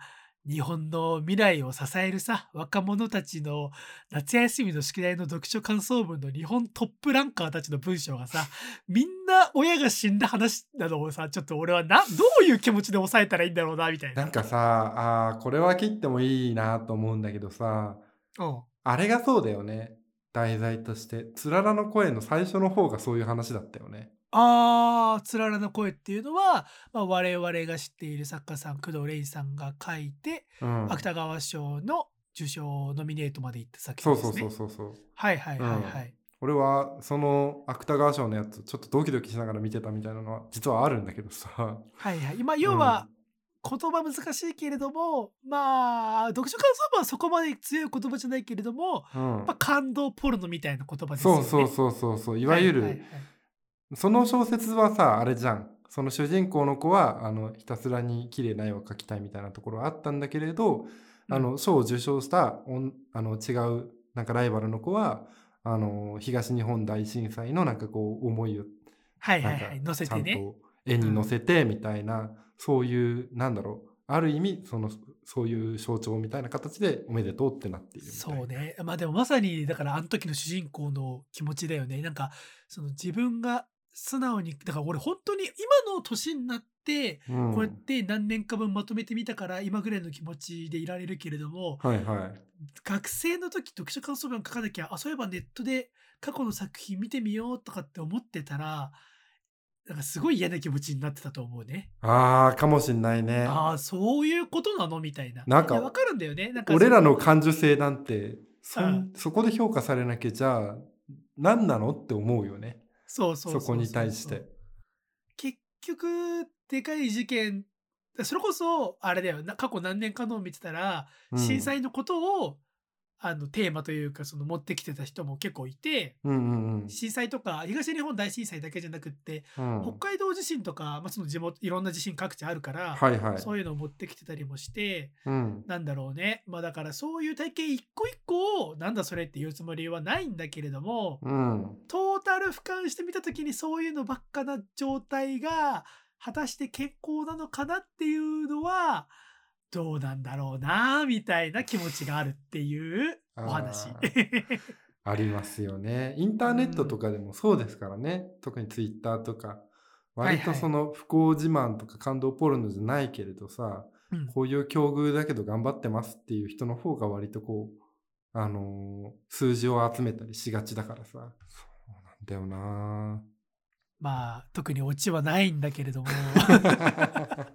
Speaker 1: 日本の未来を支えるさ、若者たちの夏休みの宿題の読書感想文の日本トップランカーたちの文章がさ、みんな親が死んだ話なのをさ、ちょっと俺はな、どういう気持ちで抑えたらいいんだろうな、みたいな。
Speaker 2: なんかさあーこれは切ってもいいなと思うんだけどさ
Speaker 1: うん。
Speaker 2: あれがそうだよね題材としてつららの声の最初の方がそういう話だったよね
Speaker 1: あーつららの声っていうのは、まあ、我々が知っている作家さん工藤レイさんが書いて、
Speaker 2: うん
Speaker 1: 芥川賞の受賞ノミネートまでいった作
Speaker 2: そ
Speaker 1: 品
Speaker 2: う
Speaker 1: です
Speaker 2: そ
Speaker 1: ね。
Speaker 2: うそうそうそう
Speaker 1: はいはいはいはい。
Speaker 2: 俺はその芥川賞のやつちょっとドキドキしながら見てたみたいなのは実はあるんだけどさ
Speaker 1: はいはい。今要は、言葉難しいけれども、まあ読書感想文はそこまで強い言葉じゃないけれども、
Speaker 2: うん
Speaker 1: まあ、感動ポルノみたいな言葉ですよ
Speaker 2: そ
Speaker 1: ね。
Speaker 2: うそう
Speaker 1: う。
Speaker 2: そうそうそうい
Speaker 1: い
Speaker 2: わゆ
Speaker 1: はい
Speaker 2: るその小説はさあれじゃんその主人公の子はあのひたすらに綺麗な絵を描きたいみたいなところはあったんだけれど、あの賞を受賞したおんあの違うなんかライバルの子はあの東日本大震災のなんかこう思いを
Speaker 1: はいは
Speaker 2: ないん
Speaker 1: はい。
Speaker 2: か
Speaker 1: 載せ
Speaker 2: ち
Speaker 1: て
Speaker 2: ゃん
Speaker 1: ね。
Speaker 2: と絵に載せてみたいな、そういうなんだろうある意味そのそういう象徴みたいな形でおめでとうってなっているみたいな
Speaker 1: そうねまあでもまさにだからあの時の主人公の気持ちだよねなんかその自分が素直にだから俺本当に今の年になって
Speaker 2: うん
Speaker 1: こうやって何年か分まとめてみたから今ぐらいの気持ちでいられるけれども
Speaker 2: はいはい
Speaker 1: 学生の時読書感想文書かなきゃあそういえばネットで過去の作品見てみようとかって思ってたらなんかすごい嫌な気持ちになってたと思うね。
Speaker 2: ああかもしんないね
Speaker 1: ああそういうことなのみたいな。
Speaker 2: なんか
Speaker 1: いやわかるんだよね。なんか
Speaker 2: 俺らの
Speaker 1: そ
Speaker 2: 感受性なんてそん
Speaker 1: うん
Speaker 2: そこで評価されなきゃじゃあ何なのって思うよね
Speaker 1: そうそう
Speaker 2: そこに対して。
Speaker 1: 結局でかい事件それこそあれだよな過去何年かのを見てたら
Speaker 2: うん
Speaker 1: 震災のことを、あのテーマというかその持ってきてた人も結構いて
Speaker 2: うんうんうん
Speaker 1: 震災とか東日本大震災だけじゃなくって、
Speaker 2: うん
Speaker 1: 北海道地震とか、まあ、その地元いろんな地震各地あるから、
Speaker 2: はいはい
Speaker 1: そういうのを持ってきてたりもして
Speaker 2: うん
Speaker 1: なんだろうねまあだからそういう体験一個一個をなんだそれって言うつもりはないんだけれども、
Speaker 2: うん
Speaker 1: トータル俯瞰してみた時にそういうのばっかな状態が果たして健康なのかなっていうのはどうなんだろうなみたいな気持ちがあるっていうお話
Speaker 2: あ。ーありますよねインターネットとかでもそうですからね、特にツイッターとか割
Speaker 1: はい
Speaker 2: と
Speaker 1: はい
Speaker 2: その不幸自慢とか感動ポルノじゃないけれどさ、
Speaker 1: うん
Speaker 2: こういう境遇だけど頑張ってますっていう人の方が割とこう、あのー数字を集めたりしがちだからさ。そうなんだよ な
Speaker 1: まあ特にオチはないんだけれ ども
Speaker 2: ぁ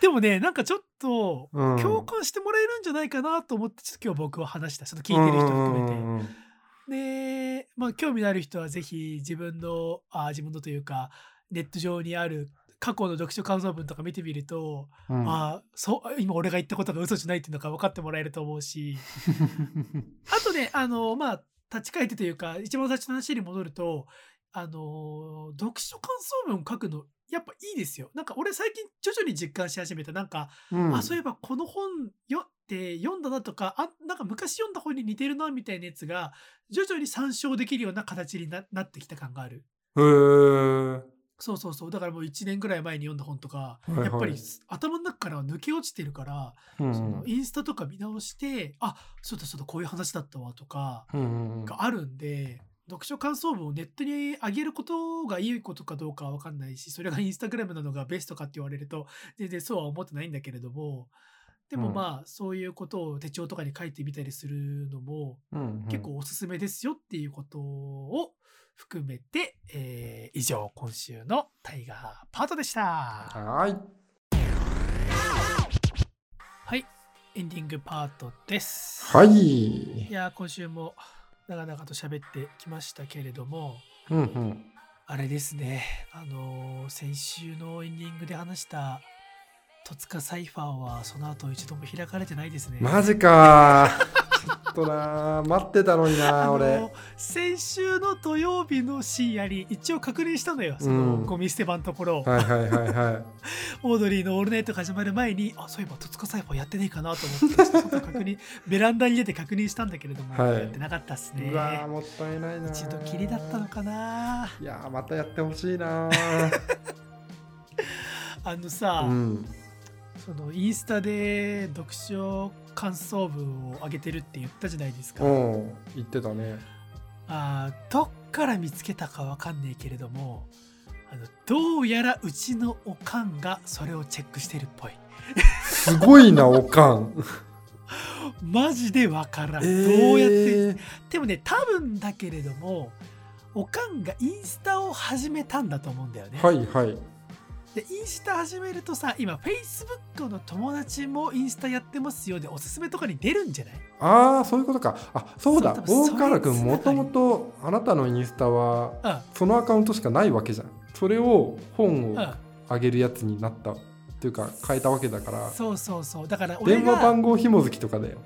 Speaker 1: でもねなんかちょっと
Speaker 2: うん
Speaker 1: 共感してもらえるんじゃないかなと思ってちょっと今日僕は話したその聞いてる人含めて。
Speaker 2: うんうんうん
Speaker 1: で、まあ、興味のある人はぜひ自分のあ自分のというかネット上にある過去の読書感想文とか見てみると、
Speaker 2: うんうん
Speaker 1: ああそう今俺が言ったことが嘘じゃないっていうのが分かってもらえると思う しあとねあのまあ立ち返ってというか一番最初の話に戻るとあの読書感想文を書くのやっぱいいですよなんか俺最近徐々に実感し始めたなんか
Speaker 2: うん
Speaker 1: あそういえばこの本よって読んだなとかあなんか昔読んだ本に似てるなみたいなやつが徐々に参照できるような形にななってきた感がある
Speaker 2: へー
Speaker 1: そうそうそうだからもう1年ぐらい前に読んだ本とか、
Speaker 2: いはい
Speaker 1: やっぱり頭の中からは抜け落ちてるから、
Speaker 2: うん
Speaker 1: そのインスタとか見直してあそうだそうだこういう話だったわとか
Speaker 2: うんうんうん
Speaker 1: があるんで。読書感想文をネットに上げることがいいことかどうかは分かんないしそれがインスタグラムなのがベストかって言われると全然そうは思ってないんだけれどもでも
Speaker 2: うん
Speaker 1: まあそういうことを手帳とかに書いてみたりするのも
Speaker 2: うんうん
Speaker 1: 結構おすすめですよっていうことを含めて、えー以上今週の「タイガーパート」でした。
Speaker 2: はーい
Speaker 1: はいエンディングパートです。
Speaker 2: はい
Speaker 1: いやー今週も長々と喋ってきましたけれども、
Speaker 2: うんうん。
Speaker 1: あれですね、あのー先週のエンディングで話した、戸塚サイファーはその後一度も開かれてないですね。
Speaker 2: マジかー。ちょっとなー、待ってたのにな ー、
Speaker 1: あの
Speaker 2: 俺。
Speaker 1: 先週の土曜日の深夜に一応確認したのよ、その
Speaker 2: うん
Speaker 1: ゴミ捨て場のところを、
Speaker 2: はいはいはいはい。
Speaker 1: オードリーの「オールナイト」が始まる前に、あそういえば戸塚サイファーやってねえかなと思って、ちょっと確認、 ベランダに出て確認したんだけれども、
Speaker 2: はい
Speaker 1: やってなかったっすね
Speaker 2: う。わーもったいないなー
Speaker 1: 一度きりだったのかない
Speaker 2: やーまたやってほしいなー
Speaker 1: あのさ、
Speaker 2: うん
Speaker 1: そのインスタで読書感想文を上げてるって言ったじゃないですか、
Speaker 2: うん言ってたね
Speaker 1: あーどっから見つけたかわかんねえけれどもあのどうやらうちのおかんがそれをチェックしてるっぽい
Speaker 2: すごいなおか ん
Speaker 1: マジでわからん、
Speaker 2: えー
Speaker 1: どうやってでもね多分だけれどもおかんがインスタを始めたんだと思うんだよね、
Speaker 2: はいはい
Speaker 1: でインスタ始めるとさ今 Facebook の友達もインスタやってますよでおすすめとかに出るんじゃない
Speaker 2: ああそういうことかあそうだ
Speaker 1: そう多分
Speaker 2: 大
Speaker 1: それ
Speaker 2: 河原君
Speaker 1: つなが
Speaker 2: も
Speaker 1: り
Speaker 2: ともとあなたのインスタは
Speaker 1: うん
Speaker 2: そのアカウントしかないわけじゃんそれを本
Speaker 1: うん
Speaker 2: をあげるやつになったっていうか変えたわけだから
Speaker 1: そうそうそうだから俺
Speaker 2: 電話
Speaker 1: が
Speaker 2: 番号紐づきとかだよ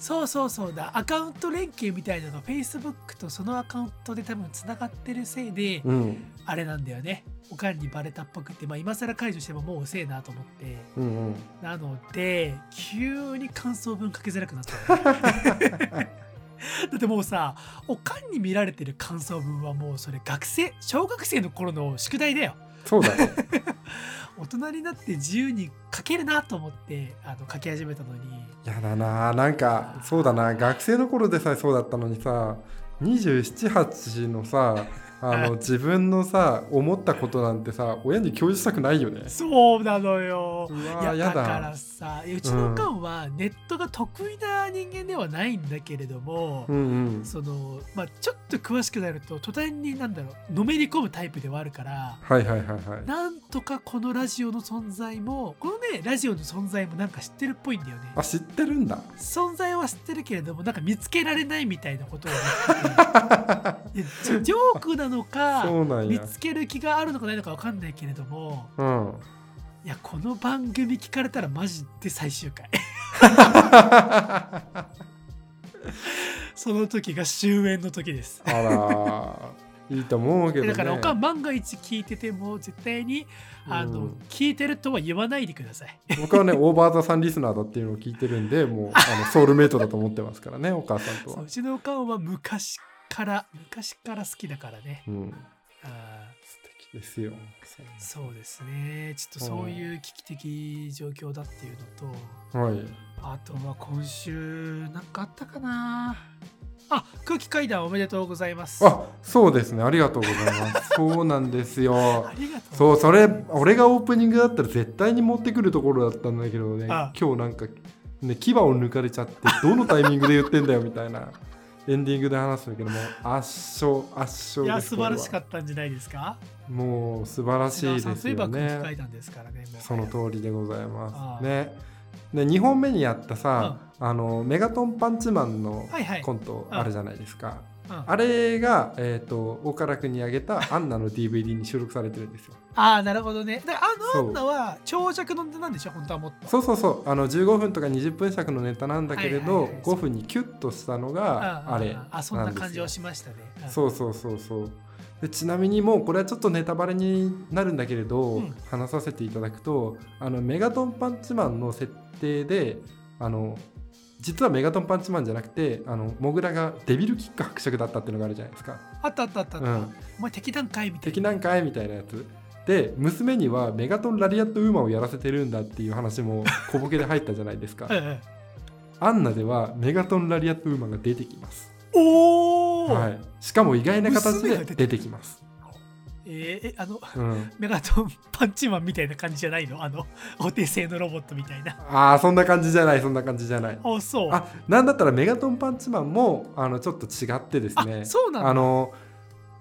Speaker 1: そうそうそうだアカウント連携みたいなのが Facebook とそのアカウントで多分つながってるせいで
Speaker 2: うん
Speaker 1: あれなんだよねおかんにバレたっぽくて、まあ、今更解除してももう遅えなと思って
Speaker 2: うんうん
Speaker 1: なので急に感想文書きづらくなったのね だってもうさおかんに見られてる感想文はもうそれ学生小学生の頃の宿題だよ
Speaker 2: そうだよ
Speaker 1: 大人になって自由に書けるなと思ってあの書き始めたの に
Speaker 2: やだななんかそうだな学生の頃でさえそうだったのにさ278のさあ の自分のさ思ったことなんてさ親に共有したくないよね
Speaker 1: そうなのよ
Speaker 2: う
Speaker 1: い
Speaker 2: わ
Speaker 1: や
Speaker 2: ーや
Speaker 1: だから
Speaker 2: だ
Speaker 1: さうちのおかんはネットが得意な人間ではないんだけれども、
Speaker 2: うんうん
Speaker 1: そのまあ、ちょっと詳しくなると途端になんだろうのめり込むタイプではあるから
Speaker 2: はいはいはいはい
Speaker 1: なんとかこのラジオの存在もこのねラジオの存在もなんか知ってるっぽいんだよね
Speaker 2: あ知ってるんだ
Speaker 1: 存在は知ってるけれどもなんか見つけられないみたいなことを言っててい やジョークなのか
Speaker 2: そうなん
Speaker 1: 見
Speaker 2: や
Speaker 1: つける気があるのかないのかわかんないけれども
Speaker 2: うん
Speaker 1: いやこの番組聞かれたらマジで最終 回
Speaker 2: あ
Speaker 1: その時が終焉の時です
Speaker 2: らーいいと思うけどね
Speaker 1: だからおかん万が一聞いてても絶対にあの、
Speaker 2: うん
Speaker 1: 聞いてるとは言わないでください
Speaker 2: 僕はねオーバーザさんリスナーだっていうのを聞いてるんでもうあのソウルメイトだと思ってますからねお母さん と
Speaker 1: そう
Speaker 2: は
Speaker 1: うちのおかんは昔から昔から好きだからね
Speaker 2: うん
Speaker 1: あー
Speaker 2: 素敵ですよ
Speaker 1: そうですねちょっとそういう危機的状況だっていうのと、
Speaker 2: はい
Speaker 1: あとは今週なんかあったかなあ空気階段おめでとうございますあ
Speaker 2: あそうですねありがとうございます そうなんですよ
Speaker 1: りがとう
Speaker 2: そうそれ俺がオープニングだったら絶対に持ってくるところだったんだけどね
Speaker 1: ああ
Speaker 2: 今日なんか、ね、牙を抜かれちゃってどのタイミングで言ってんだよみたいなエンディングで話すんだけども圧勝圧勝
Speaker 1: いや素晴らしか
Speaker 2: っ
Speaker 1: ったんじゃないですか
Speaker 2: たもう素晴らし
Speaker 1: 砂
Speaker 2: いで
Speaker 1: 川さんと
Speaker 2: す
Speaker 1: いえ
Speaker 2: よ
Speaker 1: ば空気
Speaker 2: ね
Speaker 1: 階段ですからねもう
Speaker 2: その通りでござい
Speaker 1: ああ
Speaker 2: ますねで2本目にやったさ、あのメガトンパンチマンの
Speaker 1: はいはい
Speaker 2: コントあるじゃないですか、
Speaker 1: うん
Speaker 2: あれが、えー、と岡楽にあげたアンナの DVD に収録されてるんですよ。
Speaker 1: ああなるほどねだからあ
Speaker 2: そう
Speaker 1: の女は長尺のなんでしょ本当はもっと
Speaker 2: そうそうそうあの15分とか20分尺のネタなんだけれど、
Speaker 1: はいはいはい
Speaker 2: 5分にキュッとしたのが
Speaker 1: あ
Speaker 2: あれ
Speaker 1: あそんな感じを
Speaker 2: し
Speaker 1: しましたね
Speaker 2: そうそうそうそうでちなみにもうこれはちょっとネタバレになるんだけれど、
Speaker 1: うん
Speaker 2: 話させていただくとあのメガトンパンチマンの設定であの実はメガトンパンチマンじゃなくてあのモグラがデビルキック伯爵だったっていうのがあるじゃないですか。
Speaker 1: あったあったあったあった、
Speaker 2: うん
Speaker 1: お前敵なんかいみたい
Speaker 2: 敵
Speaker 1: な
Speaker 2: なんかいみたいなやつで娘にはメガトンラリアットウーマンをやらせてるんだっていう 話も小ボケで入ったじゃないですか
Speaker 1: うんうん
Speaker 2: アンナではメガトンラリアットウーマンが出てきます、
Speaker 1: おお、
Speaker 2: はい、しかも意外な形
Speaker 1: 娘が
Speaker 2: で
Speaker 1: 出て
Speaker 2: 出てきます、
Speaker 1: えーえあの
Speaker 2: うん、
Speaker 1: メガトンパンチマンみたいな感じじゃないのあのお手製のロボットみたいな
Speaker 2: ああそんな感じじゃないそんな感じじゃない
Speaker 1: あそう
Speaker 2: あなんだったらメガトンパンチマンもあのちょっと違ってですね
Speaker 1: あそうなんだ
Speaker 2: あの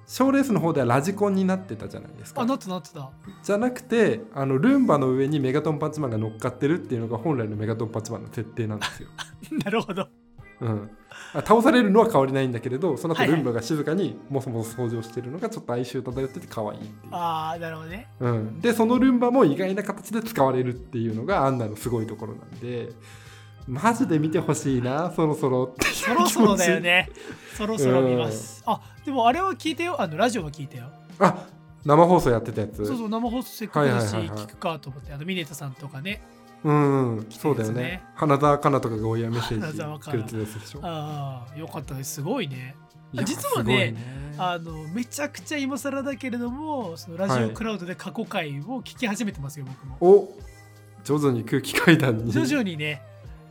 Speaker 2: 賞レースの方ではラジコンになってたじゃないです
Speaker 1: あ
Speaker 2: か
Speaker 1: なったなったな
Speaker 2: じゃなくてあのルンバの上にメガトンパンチマンが乗っかってるっていうのが本来のメガトンパンチマンの設定なんですよ
Speaker 1: なるほど
Speaker 2: うん、あ倒されるのは変わりないんだけれどその後
Speaker 1: はいは
Speaker 2: ル
Speaker 1: い
Speaker 2: ンバが静かにもそもそ掃除をしてるのがちょっと哀愁漂ってて可愛いっていう、
Speaker 1: ああ、なるほどね。
Speaker 2: うん、でそのルンバも意外な形で使われるっていうのがアンナのすごいところなんでマジで見てほしいなそろそろっていう
Speaker 1: そろそろだよ
Speaker 2: 気持ち
Speaker 1: ね。そろそろ見ます。あ、でもあれは聞いてよ。あの、ラジオは聞いてよ。
Speaker 2: あ生放送やってたやつ
Speaker 1: そうそう、生放送せっかくだし、
Speaker 2: はいはいはいはい
Speaker 1: 聞くかと思って、あの、ミネタさんとかね。
Speaker 2: うん、うん、
Speaker 1: きて
Speaker 2: そ
Speaker 1: る
Speaker 2: う
Speaker 1: や
Speaker 2: だ
Speaker 1: つね
Speaker 2: よね花澤香菜とかがおやメッセー
Speaker 1: 花
Speaker 2: ジ
Speaker 1: 澤香菜
Speaker 2: くれてたやつでしょ
Speaker 1: ああ、よかったです。すごいね。
Speaker 2: いや
Speaker 1: 実はねあの、めちゃくちゃ今更だけれども、そのラジ
Speaker 2: は
Speaker 1: オ
Speaker 2: い
Speaker 1: クラウドで過去回を聞き始めてますよ、僕も。
Speaker 2: すごいねお徐々に空気階段に
Speaker 1: 徐々にね。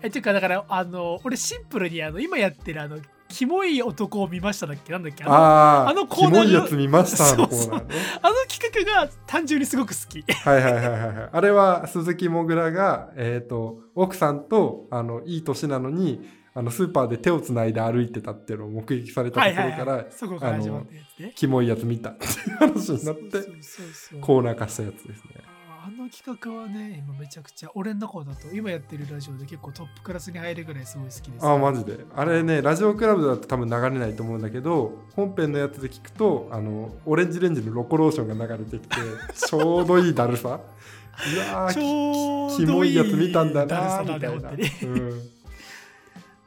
Speaker 1: え、ていうか、だから、あの、俺シンプルに、あの、今やってる、あの、キモい男を見ましただっけなんだっけあの
Speaker 2: あー
Speaker 1: あのコーナー
Speaker 2: キモいやつ見ましたあのコ
Speaker 1: そうそう
Speaker 2: ーナーね
Speaker 1: あの企画が単純にすごく好 き。
Speaker 2: はいはいはいはいはい。あれは鈴木もぐらが、えー、と奥さんとあのいい年なのにあのスーパーで手をつないで歩いてたっていうのを目撃された
Speaker 1: は
Speaker 2: と
Speaker 1: い
Speaker 2: こ
Speaker 1: はい
Speaker 2: ろから、
Speaker 1: はい。そこから始まったやつね。
Speaker 2: キモいやつ見たっていう話になっ
Speaker 1: そう
Speaker 2: て
Speaker 1: そうそう
Speaker 2: コーナー化したやつですね。
Speaker 1: あの企画はね、今めちゃくちゃ、俺の中だと、今やってるラジオで結構トップクラスに入るぐらいすごい好きです。
Speaker 2: ああマジであれねラジオクラブだと多分流れないと思うんだけど本編のやつで聞くとあのオレンジレンジのロコローションが流れて きてちょうどいいだるさうわ
Speaker 1: ち
Speaker 2: ー
Speaker 1: ょ
Speaker 2: キ
Speaker 1: う
Speaker 2: モ
Speaker 1: どい
Speaker 2: い
Speaker 1: い
Speaker 2: やつ見たんだ
Speaker 1: だる
Speaker 2: な
Speaker 1: さ
Speaker 2: ー
Speaker 1: だね、
Speaker 2: みたい
Speaker 1: 本
Speaker 2: な、
Speaker 1: 当に。
Speaker 2: うん、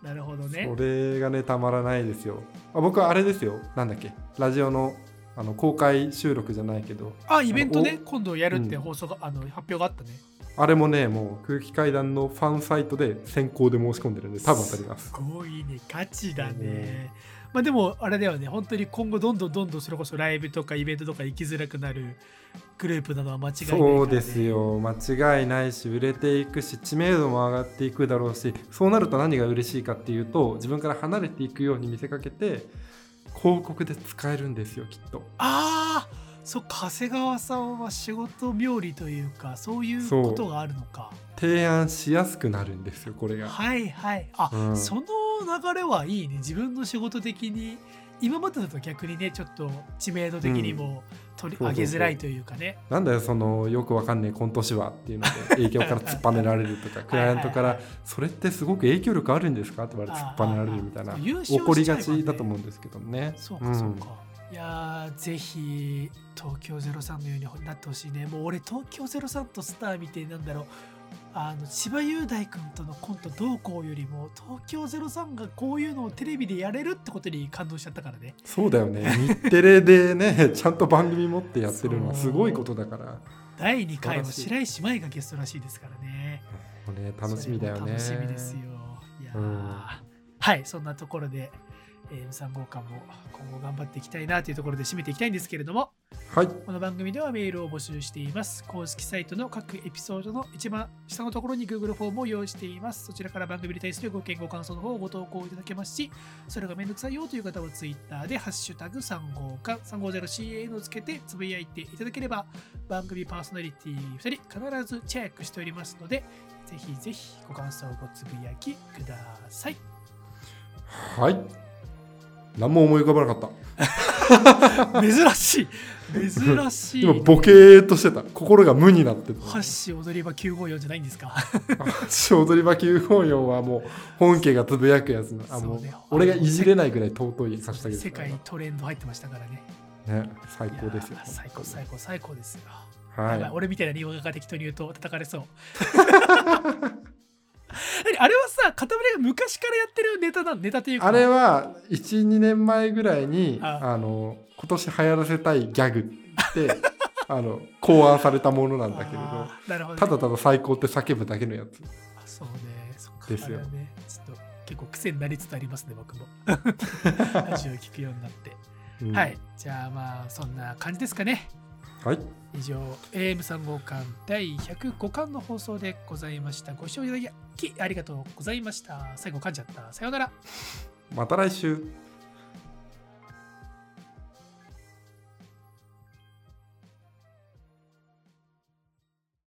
Speaker 1: なるほどね
Speaker 2: そ。れがねたまらないですよあ僕はあれですよなんだっけラジオのあの公開収録じゃないけど
Speaker 1: あ、イベントね、
Speaker 2: お
Speaker 1: 今度やるって
Speaker 2: うん
Speaker 1: 放送が、あの発表があったね。
Speaker 2: あれもねもう空気階段のファンサイトで先行で申し込んでるんで多分当たります
Speaker 1: すごいね、ガチだ
Speaker 2: うん
Speaker 1: ね。まあでも、あれだよね、本当に今後どんどんどんどんそれこそライブとかイベントとか行きづらくなるグループなのは間違いないからね、
Speaker 2: そうですよ間違いないし売れていくし知名度も上がっていくだろうしそうなると何が嬉しいかっていうと自分から離れていくように見せかけて広告で使えるんですよきっと
Speaker 1: ああそっか長谷川さんは仕事冥利というかそういう
Speaker 2: そう
Speaker 1: ことがあるのか
Speaker 2: 提案しやすくなるんですよこれが
Speaker 1: はいはいあ、
Speaker 2: うん
Speaker 1: その流れはいいね自分の仕事的に今までだと逆にねちょっと知名度的にも取り
Speaker 2: そう
Speaker 1: 上
Speaker 2: そうそ
Speaker 1: げ
Speaker 2: う
Speaker 1: づらいというかね
Speaker 2: なんだよそのよくわかんねえ今年はっていうので影響から突っぱねられる とかクライアントか
Speaker 1: はい
Speaker 2: ら
Speaker 1: はいはい
Speaker 2: 「それってすごく影響力あるんですか?」って言われて突っぱねられるみたい
Speaker 1: あ
Speaker 2: な
Speaker 1: ーあーあー
Speaker 2: 怒りがちだと思うんですけどね。
Speaker 1: そうかそうか、いやーぜひ東京03のようになってほしいねもう俺東京03とスター見てなんだろうあの千葉雄大君とのコントどうこうよりも東京03がこういうのをテレビでやれるってことに感動しちゃったからね
Speaker 2: うんそうだよね日テレでね ちゃんと番組持ってやってるのはすごいことだからも
Speaker 1: 第2回は
Speaker 2: 素晴
Speaker 1: 白石麻衣がゲストらしいですからね
Speaker 2: うね楽しみだよ
Speaker 1: それ
Speaker 2: ね。
Speaker 1: も楽しみですよいやー、
Speaker 2: うん
Speaker 1: はいそんなところで、えー、M3 号館も今後頑張っていきたいなというところで締めていきたいんですけれども
Speaker 2: はい
Speaker 1: この番組ではメールを募集しています。公式サイトの各エピソードの一番下のところに Google フォームを用意しています。そちらから番組に対するご意見、ご感想の方をご投稿いただけますし、それがめんどくさいよという方は Twitter で、ハッシュタグ3号館 350CAN をつけてつぶやいていただければ、番組パーソナリティ2人必ずチェックしておりますので、ぜひぜひご感想をごつぶやきください。
Speaker 2: はい何も思い浮かばなかった
Speaker 1: 珍しい珍しい
Speaker 2: 今ボケーっとしてた心が無になってた。
Speaker 1: ハッシュ踊り場954じゃないんですか
Speaker 2: 踊り場954はもう本家がつぶやくやつなあもう
Speaker 1: そうね
Speaker 2: 俺がいじれないぐらい尊い差し上げ
Speaker 1: 世界にトレンド入ってましたからね。
Speaker 2: ね最高です
Speaker 1: い
Speaker 2: よ
Speaker 1: やー最高最高最高ですよ。やばい
Speaker 2: は
Speaker 1: 俺みたいな日本画が適当に言うと叩かれそう。何あれはさ、片村が昔からやってるネタなネタってい
Speaker 2: いう
Speaker 1: か。
Speaker 2: あれは12年前ぐらいに
Speaker 1: あ
Speaker 2: あの今年流行らせたいギャグって あの考案されたものなんだけれど
Speaker 1: あーなるほどね、
Speaker 2: ただただ最高って叫ぶだけのやつ
Speaker 1: あそうね、そっか。
Speaker 2: ですよ
Speaker 1: あれはね、ちょっと結構癖になりつつありますね、僕 も。話を聞くようになって。
Speaker 2: うん
Speaker 1: はい。じゃあまあ、そんな感じですかね。
Speaker 2: はい
Speaker 1: 以上 AM3 号館第105巻の放送でございましたご視聴いただきありがとうございました最後噛んじゃったさようなら
Speaker 2: また来週